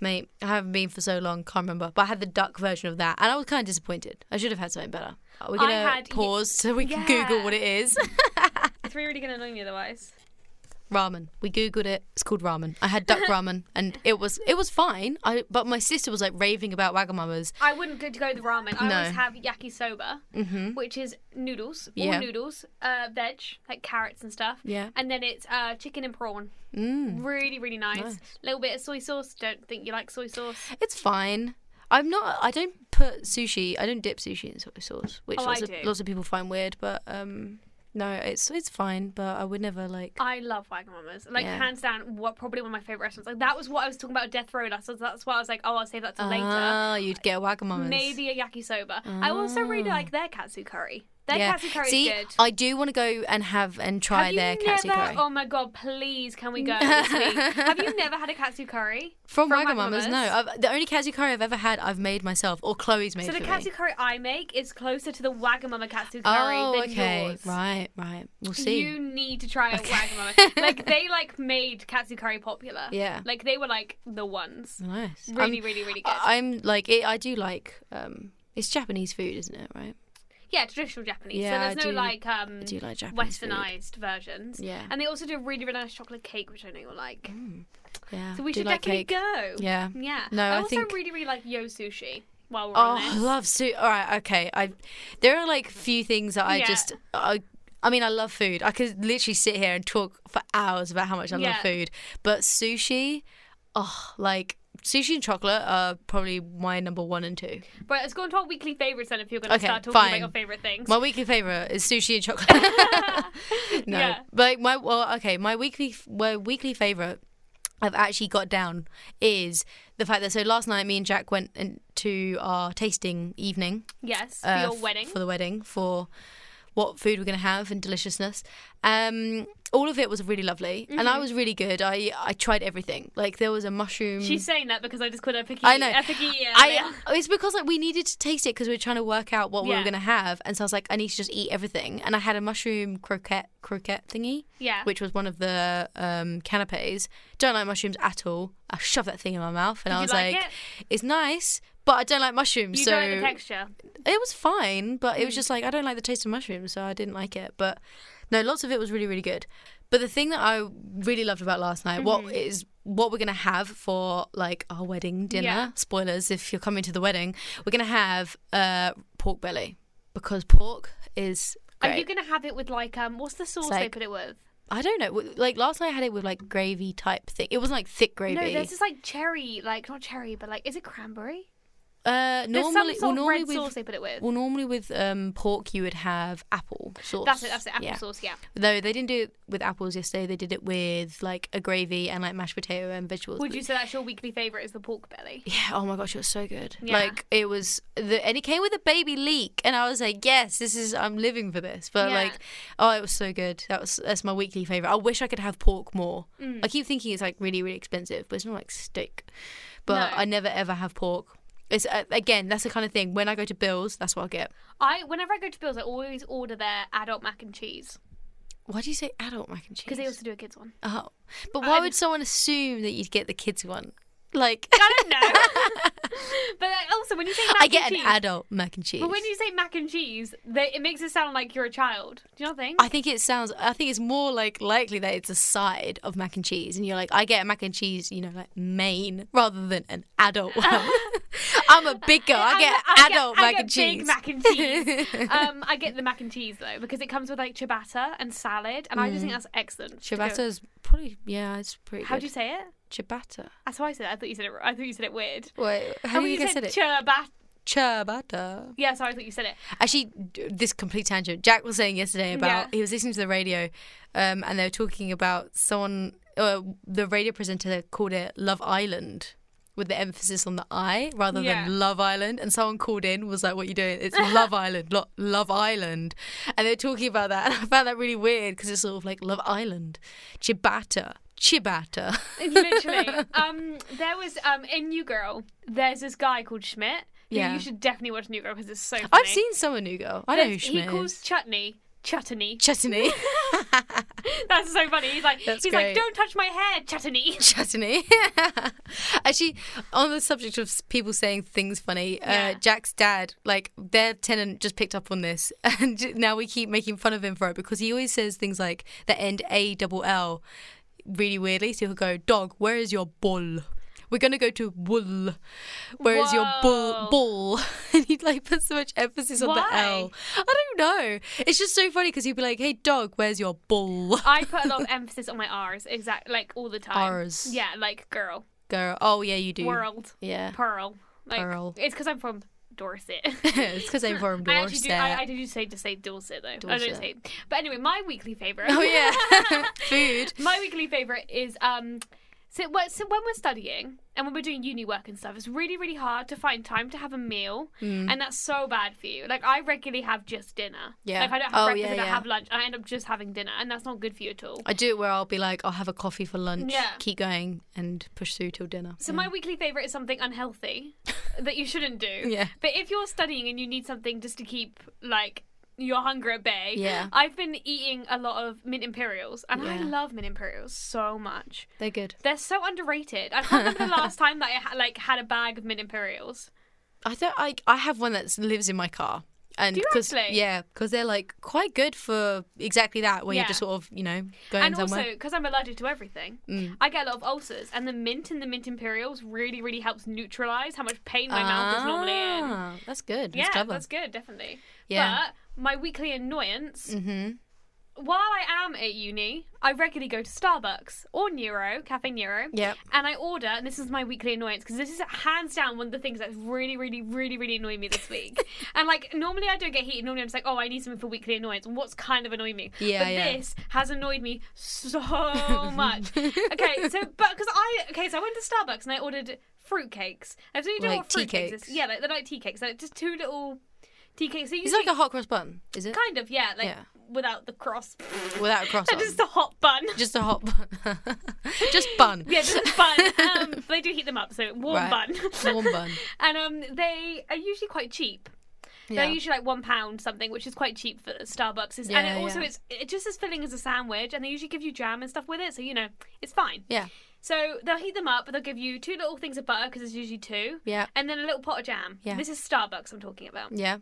B: Mate, I haven't been for so long, can't remember. But I had the duck version of that, and I was kind of disappointed. I should have had something better. Are we
A: I
B: gonna
A: had- y-
B: pause so we can
A: Yeah.
B: Google what it is?
A: it's really gonna annoy me otherwise.
B: ramen. We googled it. It's called ramen. I had duck ramen, and it was it was fine. I but my sister was like raving about Wagamama's.
A: I wouldn't go to go with ramen. I
B: No. Mm-hmm.
A: always have yakisoba, which is noodles, all
B: Yeah.
A: noodles, uh, veg like carrots and stuff.
B: Yeah.
A: and then it's uh, chicken and prawn.
B: Mm,
A: Really, really nice.
B: Nice.
A: Little bit of soy sauce. Don't think you like soy sauce.
B: it's fine. I'm not. I don't put sushi. I don't dip sushi in soy sauce, which
A: Oh, I
B: lots, of,
A: do.
B: lots of people find weird. But um, no, it's it's fine. But I would never like.
A: I love Wagamama's. Like
B: Yeah.
A: hands down, what probably one of my favorite restaurants. Like that was what I was talking about at Death Row last. So that's why I was like, oh, I'll save that to later.
B: Ah, you'd get a Wagamama's.
A: Maybe a yakisoba. I also really like their katsu curry. Their katsu curry
B: Ah. See,
A: is good.
B: I do want to go and have and try
A: Have you
B: their katsu
A: never-
B: curry.
A: Oh my god! Please, can we go? this week? Have you never had a katsu curry?
B: from,
A: from
B: Wagamama's, no.
A: Wagamama's?
B: I've, the only katsu curry I've ever had, I've made myself, or Chloe's made
A: So the
B: for
A: katsu
B: me.
A: curry I make is closer to the Wagamama katsu curry
B: Oh,
A: than
B: okay,
A: yours.
B: right, right. We'll see.
A: You need to try a Wagamama. like they like made katsu curry popular.
B: Yeah.
A: Like they were like the ones.
B: nice. I'm-
A: Really, really, really good.
B: I- I'm like, it, I do like. um It's Japanese food, isn't it? Right.
A: yeah, traditional Japanese.
B: Yeah, I
A: so there's
B: do-
A: no like um
B: I do like Japanese food.
A: westernized versions.
B: Yeah.
A: And they also do a really, really nice chocolate cake, which I know you'll like.
B: Yeah.
A: So we
B: do
A: should
B: like
A: definitely
B: cake.
A: go.
B: Yeah.
A: Yeah.
B: No,
A: I
B: I
A: also
B: think-
A: really, really like Yo Sushi while we're
B: Oh,
A: on
B: I
A: this.
B: love soup. All right, okay. I there are like few things that I
A: Yeah.
B: just I I mean I love food. I could literally sit here and talk for hours about how much I
A: Yeah.
B: love food. But sushi, oh, like sushi and chocolate are probably my number one and two.
A: But let's go on to our weekly favourites then if you're gonna
B: Okay,
A: start talking about
B: fine.
A: your favourite things.
B: My weekly favorite is sushi and chocolate. no,
A: Yeah.
B: but my well, okay, my weekly my weekly favorite I've actually got down is the fact that so last night me and Jack went in- to our tasting evening.
A: yes.
B: uh,
A: for your
B: f-
A: wedding.
B: for the wedding for what food we're going to have and deliciousness um all of it was really lovely and
A: Mm-hmm.
B: i was really good i i tried everything like there was a mushroom
A: She's saying that because I just called her picky.
B: I know.
A: A picky eater.
B: I, uh, it's because like we needed to taste it because we were trying to work out what we
A: Yeah.
B: were gonna have, and so I was like, I need to just eat everything. And I had a mushroom croquette croquette thingy,
A: Yeah.
B: which was one of the um, canapes. Don't like mushrooms at all. I shoved that thing in my mouth, and
A: Did
B: I
A: you
B: was
A: like
B: like, it's nice, but I don't like mushrooms.
A: You
B: so
A: don't like the texture.
B: it was fine, but
A: Hmm.
B: it was just like I don't like the taste of mushrooms, so I didn't like it. But no, lots of it was really, really good. But the thing that I really loved about last night,
A: Mm-hmm.
B: what is what we're gonna have for like our wedding dinner?
A: Yeah.
B: Spoilers if you're coming to the wedding, we're gonna have uh, pork belly because pork is
A: Are you
B: great.
A: gonna have it with like um? What's the sauce they
B: like-
A: put it with?
B: I don't know. w- Like last night, I had it with like gravy type thing. It wasn't like thick gravy.
A: No, there's this like cherry, like not cherry, but like is it cranberry?
B: uh,
A: There's
B: normally,
A: some
B: well,
A: sort of
B: normally
A: red
B: with
A: sauce they put it with.
B: well, normally with um pork, you would have apple sauce.
A: that's it. That's it. Apple
B: Yeah.
A: sauce. Yeah.
B: Though they didn't do it with apples yesterday. They did it with like a gravy and like mashed potato and vegetables.
A: Would you say that's your weekly favorite is the pork belly?
B: Yeah. Oh my gosh, it was so good.
A: Yeah.
B: Like it was, the, and it came with a baby leek, and I was like, yes, this is. I'm living for this. But
A: Yeah.
B: like, oh, it was so good. That was that's my weekly favorite. I wish I could have pork more.
A: Mm.
B: I keep thinking it's like really really expensive, but it's not like steak. But
A: No.
B: I never ever have pork. It's uh, again, that's the kind of thing. When I go to Bill's, that's what I get.
A: I whenever I go to Bill's, I always order their adult mac and cheese
B: Why do you say adult mac and cheese?
A: because they also do a kids one.
B: Oh, but why
A: I'm-
B: would someone assume that you'd get the kids one? Like,
A: I don't know. but like, also, when you say mac
B: Oh, I get
A: and
B: an
A: cheese,
B: adult mac and cheese.
A: but when you say mac and cheese, they, it makes it sound like you're a child. Do you not think?
B: I think it sounds. I think it's more like likely that it's a side of mac and cheese, and you're like, I get a mac and cheese, you know, like main rather than an adult one. I'm a big girl. I
A: I'm-
B: get
A: I
B: adult
A: I
B: mac
A: get
B: and
A: big
B: cheese.
A: mac and cheese. um, I get the mac and cheese though because it comes with like ciabatta and salad, and I just think that's excellent. to go-
B: Mm. Ciabatta is probably yeah, it's pretty.
A: How
B: good.
A: do you say it?
B: ciabatta?
A: That's how I said. It. I thought you said it. I thought you said it weird.
B: Wait, how
A: Oh,
B: do you guys said
A: said
B: it?
A: Ciabatta.
B: Ciabatta.
A: Yeah, sorry, I thought you said it.
B: Actually, d- this complete tangent. Jack was saying yesterday
A: Yeah.
B: about he was listening to the radio, um, and they were talking about someone. Uh, the radio presenter called it Love Island, with the emphasis on the I rather
A: Yeah.
B: than Love Island. And someone called in was like, "What you doing? It's Love Island, lo- Love Island." And they were talking about that, and I found that really weird because it's sort of like Love Island, Chibata, Chibata.
A: Literally. um, there was um in New Girl. There's this guy called Schmidt. who
B: Yeah.
A: You should definitely watch New Girl because it's so. Funny.
B: I've seen Summer New Girl. I know who
A: There's-
B: she
A: He
B: is.
A: calls chutney chutney.
B: Chutney.
A: That's so funny. He's like,
B: That's
A: he's
B: great.
A: like, don't touch my hair, chutney.
B: chutney. Actually, on the subject of s- people saying things funny,
A: Yeah.
B: uh, Jack's dad, like their tenant, just picked up on this, and j- now we keep making fun of him for it because he always says things like the end a double l, really weirdly. So he'll go, "Dog, where is your bull?" We're gonna go to wool. Where is your bull?
A: Whoa.
B: Bull, and he like puts so much emphasis on
A: Why?
B: the L. I don't know. It's just so funny because he'd be like, "Hey, dog, where's your bull?"
A: I put a lot of emphasis on my R's, exact like all the time.
B: R's.
A: Yeah, like girl,
B: Girl, oh yeah, you do.
A: world,
B: Yeah,
A: pearl. Like,
B: Pearl.
A: It's because I'm from Dorset.
B: it's because I'm from
A: I actually
B: Dorset.
A: do. I, I do say to say Dorset though. I
B: Dorset.
A: don't say. But anyway, my weekly favorite.
B: oh yeah, food.
A: My weekly favourite is um, so, well, so when we're studying and when we're doing uni work and stuff, it's really really hard to find time to have a meal,
B: Hmm.
A: and that's so bad for you. Like I regularly have just dinner.
B: Yeah.
A: Like I don't have
B: Oh,
A: breakfast.
B: yeah,
A: I don't
B: yeah.
A: have lunch. I end up just having dinner, and that's not good for you at all.
B: I do it where I'll be like, I'll have a coffee for lunch,
A: Yeah.
B: keep going, and push through till dinner.
A: So my weekly favorite is something unhealthy that you shouldn't do.
B: Yeah.
A: But if you're studying and you need something just to keep like your hunger at bay,
B: Yeah.
A: I've been eating a lot of mint imperials, and I
B: Yeah.
A: love mint imperials so much.
B: They're good.
A: They're so underrated. I can't remember the last time that I ha- like had a bag of mint imperials.
B: I don't. I I have one that lives in my car. And
A: Do you
B: 'cause-
A: actually?
B: yeah, because they're like quite good for exactly that, where you're
A: Yeah.
B: just sort of you know going
A: and also
B: somewhere. Mm.
A: also, because I'm allergic to everything, I get a lot of ulcers, and the mint in the mint imperials really, really helps neutralize how much pain my mouth is normally in.
B: Ah, That's good.
A: Yeah,
B: that's clever.
A: that's good, definitely.
B: Yeah. Mm.
A: But my weekly annoyance.
B: Mm-hmm.
A: While I am at uni, I regularly go to Starbucks or Nero, Cafe Nero.
B: Yep.
A: And I order, and this is my weekly annoyance because this is hands down one of the things that's really, really, really, really annoying me this week. and like, normally I don't get heated. Normally I'm just like, oh, I need something for weekly annoyance. And what's kind of annoying me?
B: Yeah,
A: But
B: yeah.
A: this has annoyed me so much. okay, so, but because I, okay, so I went to Starbucks and I ordered fruitcakes. I've seen you know
B: Like
A: what fruitcakes
B: tea
A: is.
B: cakes?
A: Yeah, like, they're like tea cakes. They're like just two little tea cakes. So you
B: It's
A: take-
B: like a hot cross bun, is it?
A: Kind of, yeah. Like
B: Yeah.
A: without the cross.
B: Without a cross on.
A: just a hot bun.
B: Just a hot bun. just bun.
A: Yeah, just a bun. Um, they do heat them up, so warm
B: Right.
A: bun.
B: Warm bun.
A: and um, they are usually quite cheap.
B: Yeah.
A: They're usually like one pound something, which is quite cheap for Starbucks. It's- and
B: Yeah,
A: it also
B: yeah.
A: it's it's just as filling as a sandwich, and they usually give you jam and stuff with it, so you know it's fine.
B: Yeah.
A: So they'll heat them up. They'll give you two little things of butter because there's usually two.
B: Yeah.
A: And then a little pot of jam.
B: Yeah.
A: This is Starbucks I'm talking about.
B: Yeah.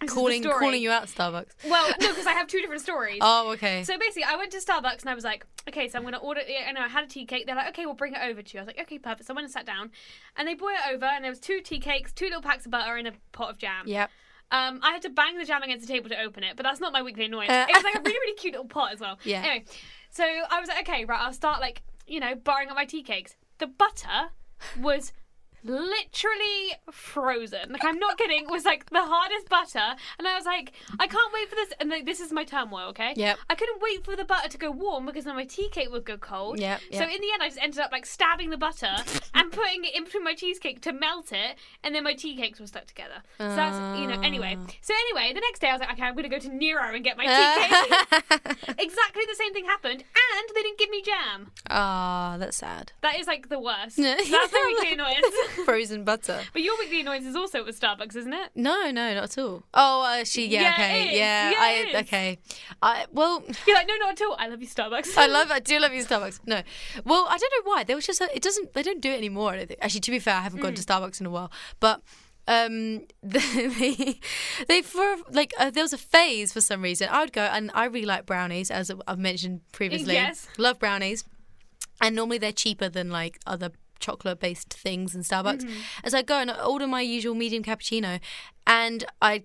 A: This is the
B: Calling
A: story.
B: calling you out, Starbucks.
A: Well, no, because I have two different stories.
B: Oh, okay.
A: So basically, I went to Starbucks and I was like, okay, so I'm going to order, yeah, and I had a tea cake. They're like, okay, we'll bring it over to you. I was like, okay, perfect. So I went and sat down and they brought it over and there was two tea cakes, two little packs of butter and a pot of jam.
B: Yep.
A: Um, I had to bang the jam against the table to open it, but that's not my weekly annoyance.
B: Uh.
A: it was like a really, really cute little pot as well.
B: Yeah.
A: Anyway, So I was like, okay, right, I'll start like, you know, barring up my tea cakes. The butter was literally frozen. Like, I'm not kidding. It was like the hardest butter. And I was like, I can't wait for this. And like, this is my turmoil, okay?
B: Yep.
A: I couldn't wait for the butter to go warm because then my tea cake would go cold.
B: Yep,
A: So
B: yep.
A: in the end, I just ended up like stabbing the butter and putting it in between my cheesecake to melt it. And then my tea cakes were stuck together. So that's, you know, anyway.
B: Ah.
A: So anyway, the next day I was like, okay, I'm going to go to Nero and get my tea cake. exactly the same thing happened, and they didn't give me jam.
B: Ah, that's sad.
A: That is like the worst.
B: Yeah.
A: That's my weekly annoyance.
B: Frozen butter.
A: But your weekly annoyance is also with Starbucks, isn't it?
B: No, no, not at all. Oh, uh, she. Yeah,
A: Yeah, it
B: okay,
A: is. Yeah,
B: yeah.
A: it
B: I
A: is.
B: okay. I well,
A: You're like, no, not at all. I love you, Starbucks.
B: I love. I do love your Starbucks. No, well, I don't know why. There was just a, it doesn't. They don't do it anymore. I don't think. Actually, to be fair, I haven't gone to
A: Hmm.
B: Starbucks in a while. But um, they, they for like uh, there was a phase for some reason. I would go and I really like brownies, as I've mentioned previously.
A: Yes.
B: love brownies, and normally they're cheaper than like other chocolate based things in Starbucks.
A: Mm-hmm.
B: As I go and I order my usual medium cappuccino, and I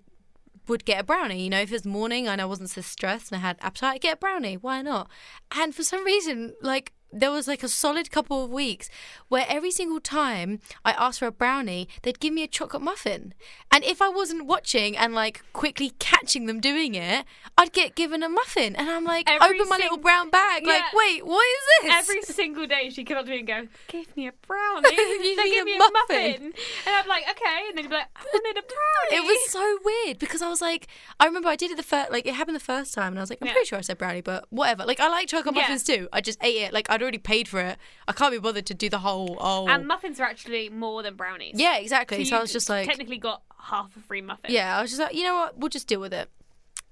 B: would get a brownie. You know, if it was morning and I wasn't so stressed and I had appetite, I'd get a brownie. Why not? And for some reason, like there was like a solid couple of weeks where every single time I asked for a brownie, they'd give me a chocolate muffin. And if I wasn't watching and like quickly catching them doing it, I'd get given a muffin. And I'm like,
A: Every
B: open my
A: sing-
B: little brown bag.
A: Yeah.
B: Like, wait, what is this?
A: Every single day she came up to me and go, give me a brownie.
B: You
A: they
B: need
A: give
B: a
A: me a
B: muffin.
A: muffin. And I'm like, okay. And then you'd be like, I wanted a brownie.
B: It was so weird because I was like, I remember I did it the first, like it happened the first time, and I was like, I'm
A: Yeah.
B: pretty sure I said brownie, but whatever. Like I like chocolate
A: Yeah.
B: muffins too. I just ate it. Like I'd already paid for it. I can't be bothered to do the whole oh.
A: And muffins are actually more than brownies.
B: yeah, exactly. So,
A: you
B: I was just like,
A: technically got half a free muffin.
B: yeah, I was just like, you know what? We'll just deal with it.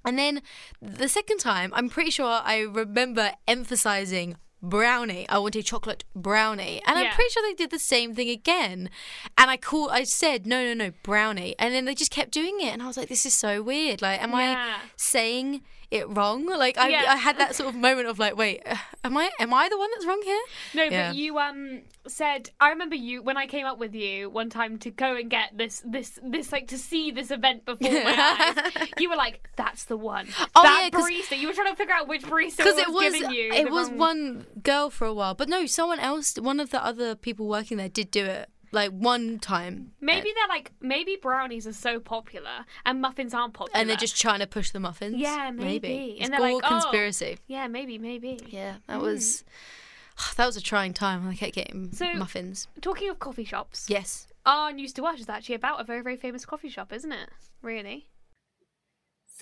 B: And then the second time, I'm pretty sure I remember emphasizing brownie. I wanted chocolate brownie. And I'm
A: Yeah.
B: pretty sure they did the same thing again. And I called I said, "No, no, no, brownie." And then they just kept doing it, and I was like, "This is so weird. Like, am
A: Yeah.
B: I saying it wrong?" Like I
A: Yeah.
B: I had that sort of moment of like, "Wait, am I am I the one that's wrong here?"
A: No,
B: Yeah.
A: but you um said I remember you when I came up with you one time to go and get this this this like to see this event before my eyes. You were like, "That's the one."
B: Oh,
A: that
B: yeah, 'cause-
A: barista. You were trying to figure out which barista
B: because
A: was,
B: it was
A: giving you.
B: it
A: the
B: was
A: wrong-
B: one girl for a while, but no, someone else, one of the other people working there did do it like one time,
A: Maybe they're like maybe brownies are so popular and muffins aren't popular.
B: and they're just trying to push the muffins.
A: Yeah, maybe.
B: It's
A: And they're
B: all
A: like, oh. Mm.
B: conspiracy.
A: yeah, maybe maybe.
B: Yeah, that was that was a trying time. I kept getting
A: So-
B: muffins.
A: Talking of coffee shops,
B: Yes.
A: our news to watch is actually about a very very famous coffee shop, isn't it? Really.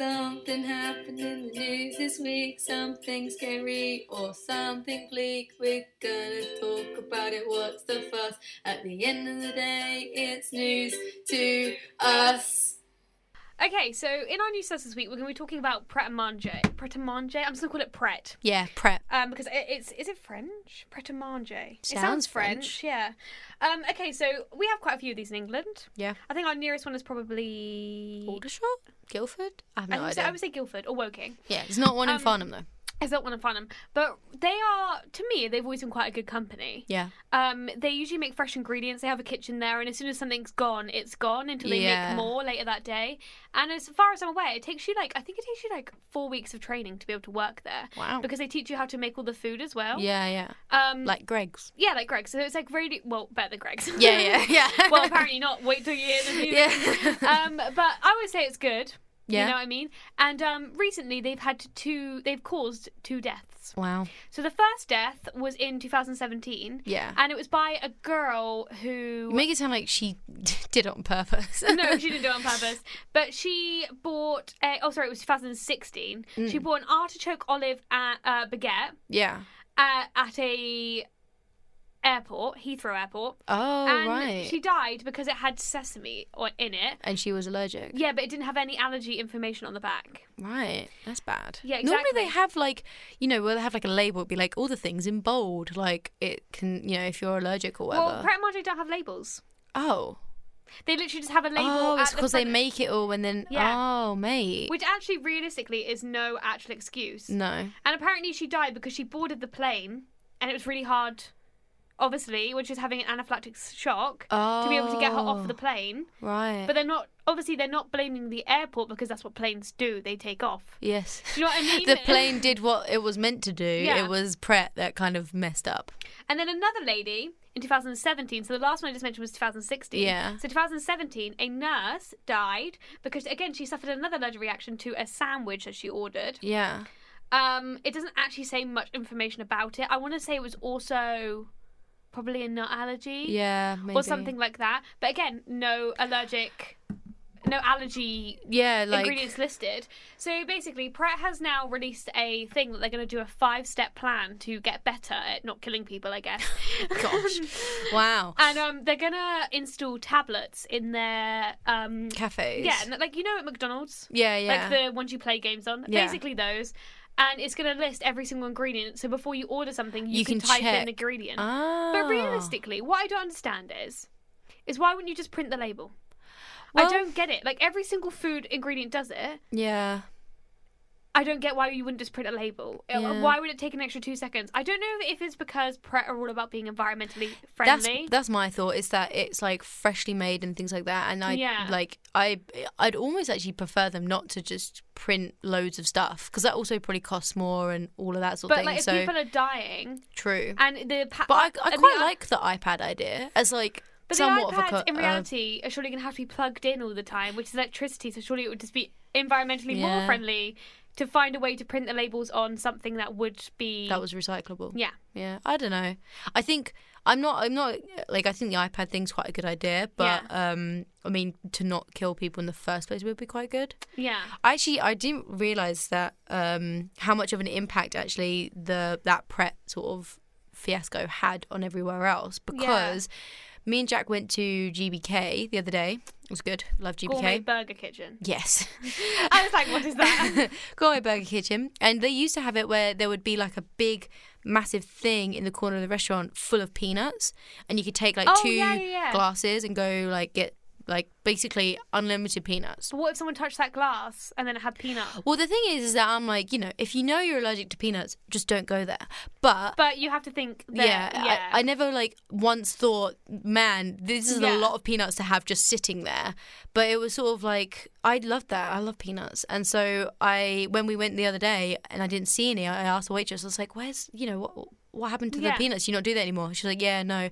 C: Something happened in the news this week, something scary or something bleak. We're gonna talk about it. What's the fuss? At the end of the day, it's news to us.
A: Okay, so in our news this week, we're going to be talking about Pret a Manger. Pret a Manger. I'm just going to call it Pret.
B: Yeah, prep.
A: Um, because it, it's is it French? Pret a manger. It
B: Sounds
A: sounds French. Yeah. Um. Okay. So we have quite a few of these in England.
B: Yeah.
A: I think our nearest one is probably.
B: Aldershot, Guildford. I have
A: I,
B: no
A: think so,
B: idea.
A: I would say Guildford or Woking.
B: yeah, there's not one in
A: Um,
B: Farnham though.
A: It's not one of Farnham, but they are to me they've always been quite a good company.
B: Yeah.
A: Um, they usually make fresh ingredients. They have a kitchen there, and as soon as something's gone, it's gone until they make
B: Yeah.
A: more later that day. And as far as I'm aware, it takes you like I think it takes you like four weeks of training to be able to work there
B: Wow.
A: because they teach you how to make all the food as well.
B: Yeah, yeah.
A: Um,
B: Like Greg's.
A: yeah, like Greg. So it's like really well better than Greg's.
B: Yeah, yeah, yeah.
A: well, apparently not. Wait till you hear the music.
B: Yeah.
A: Um, but I would say it's good.
B: Yeah.
A: You know what I mean? And um, recently they've had two. They've caused two deaths.
B: wow.
A: So the first death was in 2017.
B: Yeah.
A: And it was by a girl who.
B: You make it sound like she did it on purpose.
A: no, she didn't do it on purpose. But she bought a. Oh, sorry, it was 2016.
B: Mm.
A: She bought an artichoke olive at, uh, baguette
B: yeah.
A: uh, at a airport, Heathrow Airport.
B: Oh
A: and
B: right.
A: she died because it had sesame o- in it.
B: and she was allergic.
A: Yeah, but it didn't have any allergy information on the back.
B: Right. That's bad.
A: Yeah,
B: Normally they
A: exactly.
B: have like you know, where they have like a label it'd be like all the things in bold, like it can you know, if you're allergic or whatever.
A: Well, Pret a Manger don't have labels.
B: oh.
A: They literally just have a label.
B: oh, it's
A: at the
B: because they
A: front-
B: make it all and then
A: Yeah.
B: oh mate.
A: Which actually, realistically, is no actual excuse.
B: no.
A: And apparently, she died because she boarded the plane, and it was really hard obviously, which is having an anaphylactic shock,
B: Oh,
A: to be able to get her off the plane.
B: right.
A: But they're not, obviously, they're not blaming the airport because that's what planes do. They take off.
B: yes.
A: Do you know what I mean?
B: The plane did what it was meant to do.
A: Yeah.
B: It was Pret that kind of messed up.
A: And then another lady in 2017. So the last one I just mentioned was 2016.
B: Yeah.
A: So 2017, a nurse died because again she suffered another allergic reaction to a sandwich that she ordered.
B: Yeah.
A: Um, it doesn't actually say much information about it. I want to say it was also probably a nut allergy
B: Yeah. Maybe.
A: or something like that. But again, no allergic, no allergy
B: Yeah, like
A: ingredients listed. So basically, Pret has now released a thing that they're going to do a five-step plan to get better at not killing people. I guess.
B: gosh. wow.
A: And um, they're gonna install tablets in their um,
B: Cafes.
A: yeah, and, like you know at McDonald's,
B: Yeah,
A: like
B: yeah.
A: the ones you play games on,
B: Yeah.
A: basically those. And it's gonna list every single ingredient. So before you order something, you,
B: You
A: can,
B: can
A: type in
B: check.
A: the ingredient.
B: ah.
A: But realistically, what I don't understand is, is why wouldn't you just print the label? I
B: Well-
A: don't get it. Like every single food ingredient does it.
B: Yeah.
A: I don't get why you wouldn't just print a label. Uh,
B: Yeah.
A: Why would it take an extra two seconds? I don't know if it's because Pret are all about being environmentally friendly.
B: That's that's my thought. Is that it's like freshly made and things like that. And I
A: Yeah.
B: like I I'd almost actually prefer them not to just print loads of stuff because that also probably costs more and all of that sort
A: but
B: of thing.
A: like if
B: so
A: people are dying,
B: true.
A: and the pa-
B: But I, I
A: and the
B: quite
A: i-
B: like the iPad idea as like
A: But the
B: somewhat of a uh,
A: iPads,
B: cut.
A: in reality, are surely going to have to be plugged in all the time, which is electricity. So surely it would just be environmentally more
B: Yeah.
A: friendly to find a way to print the labels on something that would be
B: that was recyclable.
A: yeah.
B: Yeah, I don't know. I think I'm not. I'm not like I think the iPad thing's quite a good idea, but um, I mean, to not kill people in the first place would be quite good.
A: Yeah,
B: Actually, I didn't realize that um, how much of an impact actually the that Pret sort of fiasco had on everywhere else because me and Jack went to GBK the other day. It was good. Love GBK.
A: gourmet burger kitchen.
B: Yes.
A: I was like, what is that?
B: Gourmet Burger Kitchen, and they used to have it where there would be like a big, massive thing in the corner of the restaurant full of peanuts, and you could take like
A: Oh,
B: two
A: yeah, yeah, yeah.
B: glasses and go like get like basically unlimited peanuts.
A: but what if someone touched that glass and then it had peanuts?
B: Well, the thing is, is that I'm like, you know, if you know you're allergic to peanuts, just don't go there. But,
A: But you have to think. That,
B: yeah,
A: yeah.
B: I, I never like once thought, man, this is
A: Yeah.
B: a lot of peanuts to have just sitting there. But it was sort of like I loved that. I love peanuts, and so I when we went the other day and I didn't see any, I asked the waitress. I was like, "Where's you know what what happened to
A: Yeah.
B: the peanuts? You not do that anymore?" She's like, "Yeah, no,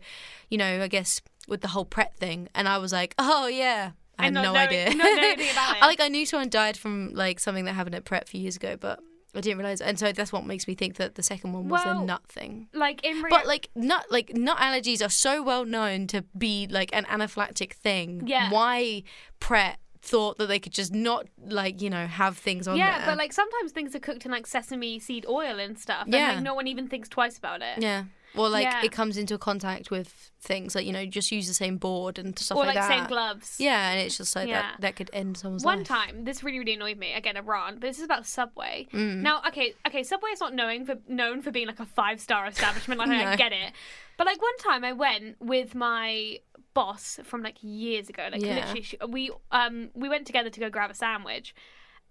B: you know, I guess with the whole Pret thing." And I was like, "Oh yeah." I had
A: And not
B: no
A: knowing-
B: idea.
A: not knowing anything about it.
B: I like I knew someone died from like something that happened at Pret a few years ago, but I didn't realize. And so that's what makes me think that the second one was
A: Well,
B: the nut thing.
A: like in real.
B: But like nut like nut allergies are so well known to be like an anaphylactic thing.
A: Yeah.
B: Why Pret thought that they could just not like you know have things on
A: yeah,
B: there.
A: but like sometimes things are cooked in like sesame seed oil and stuff,
B: Yeah.
A: and like no one even thinks twice about it.
B: yeah. Or like
A: Yeah.
B: it comes into contact with things like you know just use the same board and stuff
A: or
B: like,
A: like,
B: that.
A: same gloves.
B: Yeah, and it's just like
A: Yeah.
B: that that could end someone's
A: One
B: life.
A: time, this really really annoyed me. Again, a rant, but this is about Subway.
B: Mm.
A: Now, okay, okay, Subway is not knowing for known for being like a five star establishment. Like I
B: No.
A: get it, but like one time I went with my boss from like years ago. Like
B: Yeah.
A: literally, she, we um we went together to go grab a sandwich,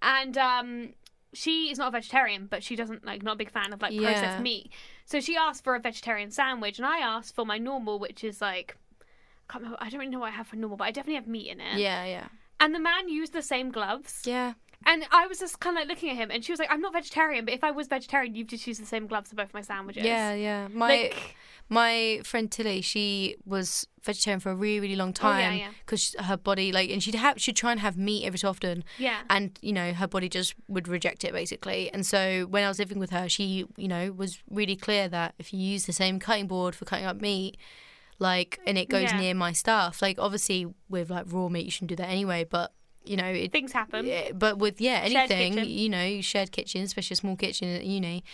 A: and um she is not a vegetarian, but she doesn't like not a big fan of like
B: Yeah.
A: processed meat. So she asked for a vegetarian sandwich, and I asked for my normal, which is like. I can't remember. I don't really know what I have for normal, but I definitely have meat in it.
B: Yeah, yeah,
A: And the man used the same gloves.
B: yeah.
A: And I was just kind of like looking at him, and she was like, "I'm not vegetarian, but if I was vegetarian, you'd just use the same gloves for both my sandwiches."
B: Yeah, yeah. My
A: Like-
B: my friend Tilly, she was vegetarian for a really, really long time
A: Oh, yeah.
B: because her body like, and she'd have she'd try and have meat every so often,
A: yeah,
B: and you know her body just would reject it basically. And so when I was living with her, she you know was really clear that if you use the same cutting board for cutting up meat. Like and it goes
A: Yeah.
B: near my stuff. Like obviously with like raw meat, you shouldn't do that anyway. But you know it,
A: things happen.
B: yeah, but with yeah
A: Shared
B: anything
A: kitchen.
B: you know shared kitchen especially a small kitchen at uni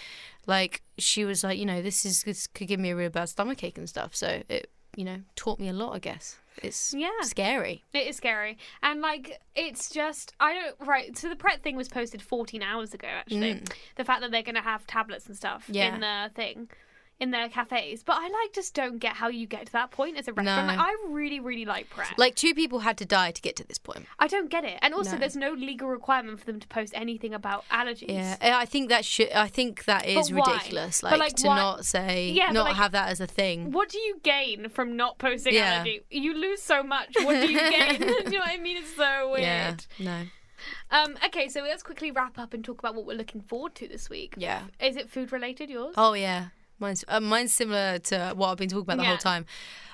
B: like she was like you know this is this could give me a real bad stomach ache and stuff so it you know taught me a lot i guess it's
A: Yeah.
B: scary
A: It is scary, and like it's just I don't right. So the Pret thing was posted 14 hours ago. Actually, the fact that they're going to have tablets and stuff
B: Mm. Yeah.
A: in the thing in their cafes. But I like just don't get how you get to that point as a restaurant.
B: No.
A: Like, I really, really like Pret.
B: Like two people had to die to get to this point.
A: I don't get it. And also,
B: No.
A: there's no legal requirement for them to post anything about allergies.
B: Yeah, eh, I I think that should. I think that is
A: why?
B: ridiculous.
A: But,
B: Like,
A: like,
B: to
A: why-
B: not say,
A: Yeah, but,
B: not
A: like-
B: have that as a thing.
A: What do you gain from not posting
B: Yeah.
A: allergy? You lose so much. What do you gain? do you know what I mean? It's so weird.
B: Yeah, no.
A: Um, okay, so let's quickly wrap up and talk about what we're looking forward to this week.
B: Yeah.
A: Is it food related, yours?
B: Oh yeah, mine's uh, mine's similar to what I've been talking about the
A: Yeah.
B: whole time.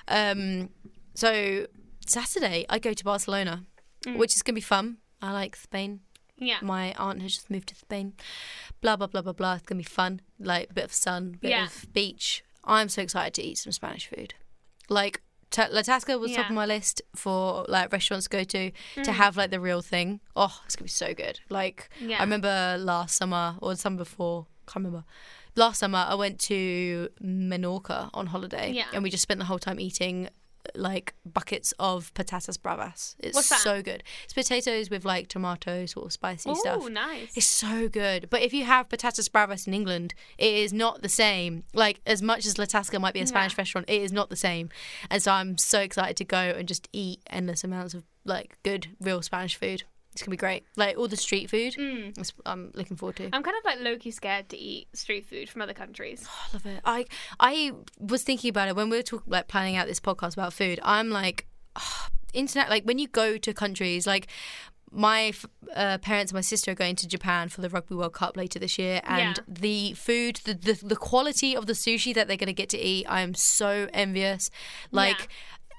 B: Um, so Saturday I go to Barcelona,
A: Mm.
B: which is gonna be fun. I like Spain.
A: yeah.
B: My aunt has just moved to Spain. Blah blah blah blah blah. It's gonna be fun. Like bit of sun, bit
A: Yeah.
B: of beach. I'm so excited to eat some Spanish food. Like Ta- La Tasca was top
A: Yeah. Mm.
B: of my list for like restaurants to go to to have like the real thing. Oh, it's gonna be so good. Like
A: Yeah.
B: I remember last summer or the summer before, can't remember. Last summer I went to Menorca on holiday.
A: Yeah.
B: And we just spent the whole time eating like buckets of patatas bravas. It's
A: What's that?
B: so good. It's potatoes with like tomatoes or spicy stuff.
A: Oh, nice.
B: It's so good. But if you have patatas bravas in England, it is not the same. Like as much as La Tasca might be a Spanish restaurant, it is not the same. And so I'm so excited to go and just eat endless amounts of like good real Spanish food. It's gonna be great. Like all the street food, it's- I'm looking forward to.
A: I'm kind of like low key scared to eat street food from other countries.
B: I love it. I I was thinking about it when we were talking like planning out this podcast about food. I'm like ah, internet like when you go to countries like my f- uh, parents and my sister are going to Japan for the Rugby World Cup later this year, and
A: Yeah.
B: the food, the, the the quality of the sushi that they're going to get to eat, I am so envious. Like,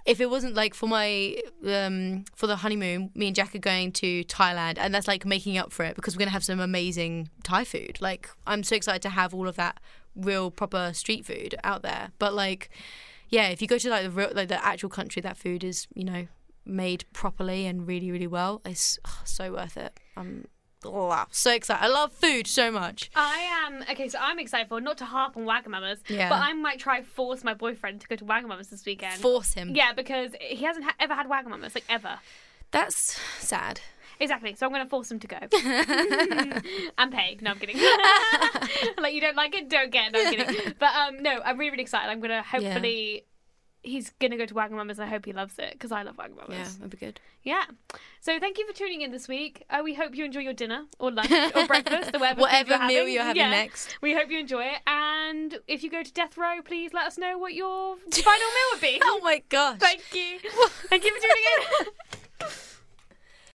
B: if it wasn't like for my um for the honeymoon, me and Jack are going to Thailand, and that's like making up for it because we're gonna have some amazing Thai food. Like, I'm so excited to have all of that real proper street food out there. But like, yeah, if you go to like the real, like the actual country, that food is you know made properly and really really well. It's oh, so worth it. I'm blah, so excited. I love food so much.
A: I am okay, so I'm excited for not to harp on Wagamama's,
B: Yeah.
A: but I might try force my boyfriend to go to Wagamama's this weekend.
B: Force him.
A: yeah, because he hasn't ha- ever had Wagamama's, like ever.
B: that's sad.
A: Exactly. So I'm going to force him to go and pay. No, I'm kidding. like you don't like it, don't get. It. No, I'm kidding. But um, no, I'm really really excited. I'm going to hopefully. He's gonna go to Wagamama's and I hope he loves it because I love Wagamama's.
B: Yeah, that'd be good.
A: Yeah. So thank you for tuning in this week. Uh, we hope you enjoy your dinner or lunch or breakfast or whatever, food
B: Whatever
A: you're
B: meal
A: having.
B: you're having
A: Yeah.
B: next.
A: We hope you enjoy it. And if you go to death row, please let us know what your final meal would be.
B: Oh my gosh.
A: Thank you. Thank you for tuning in.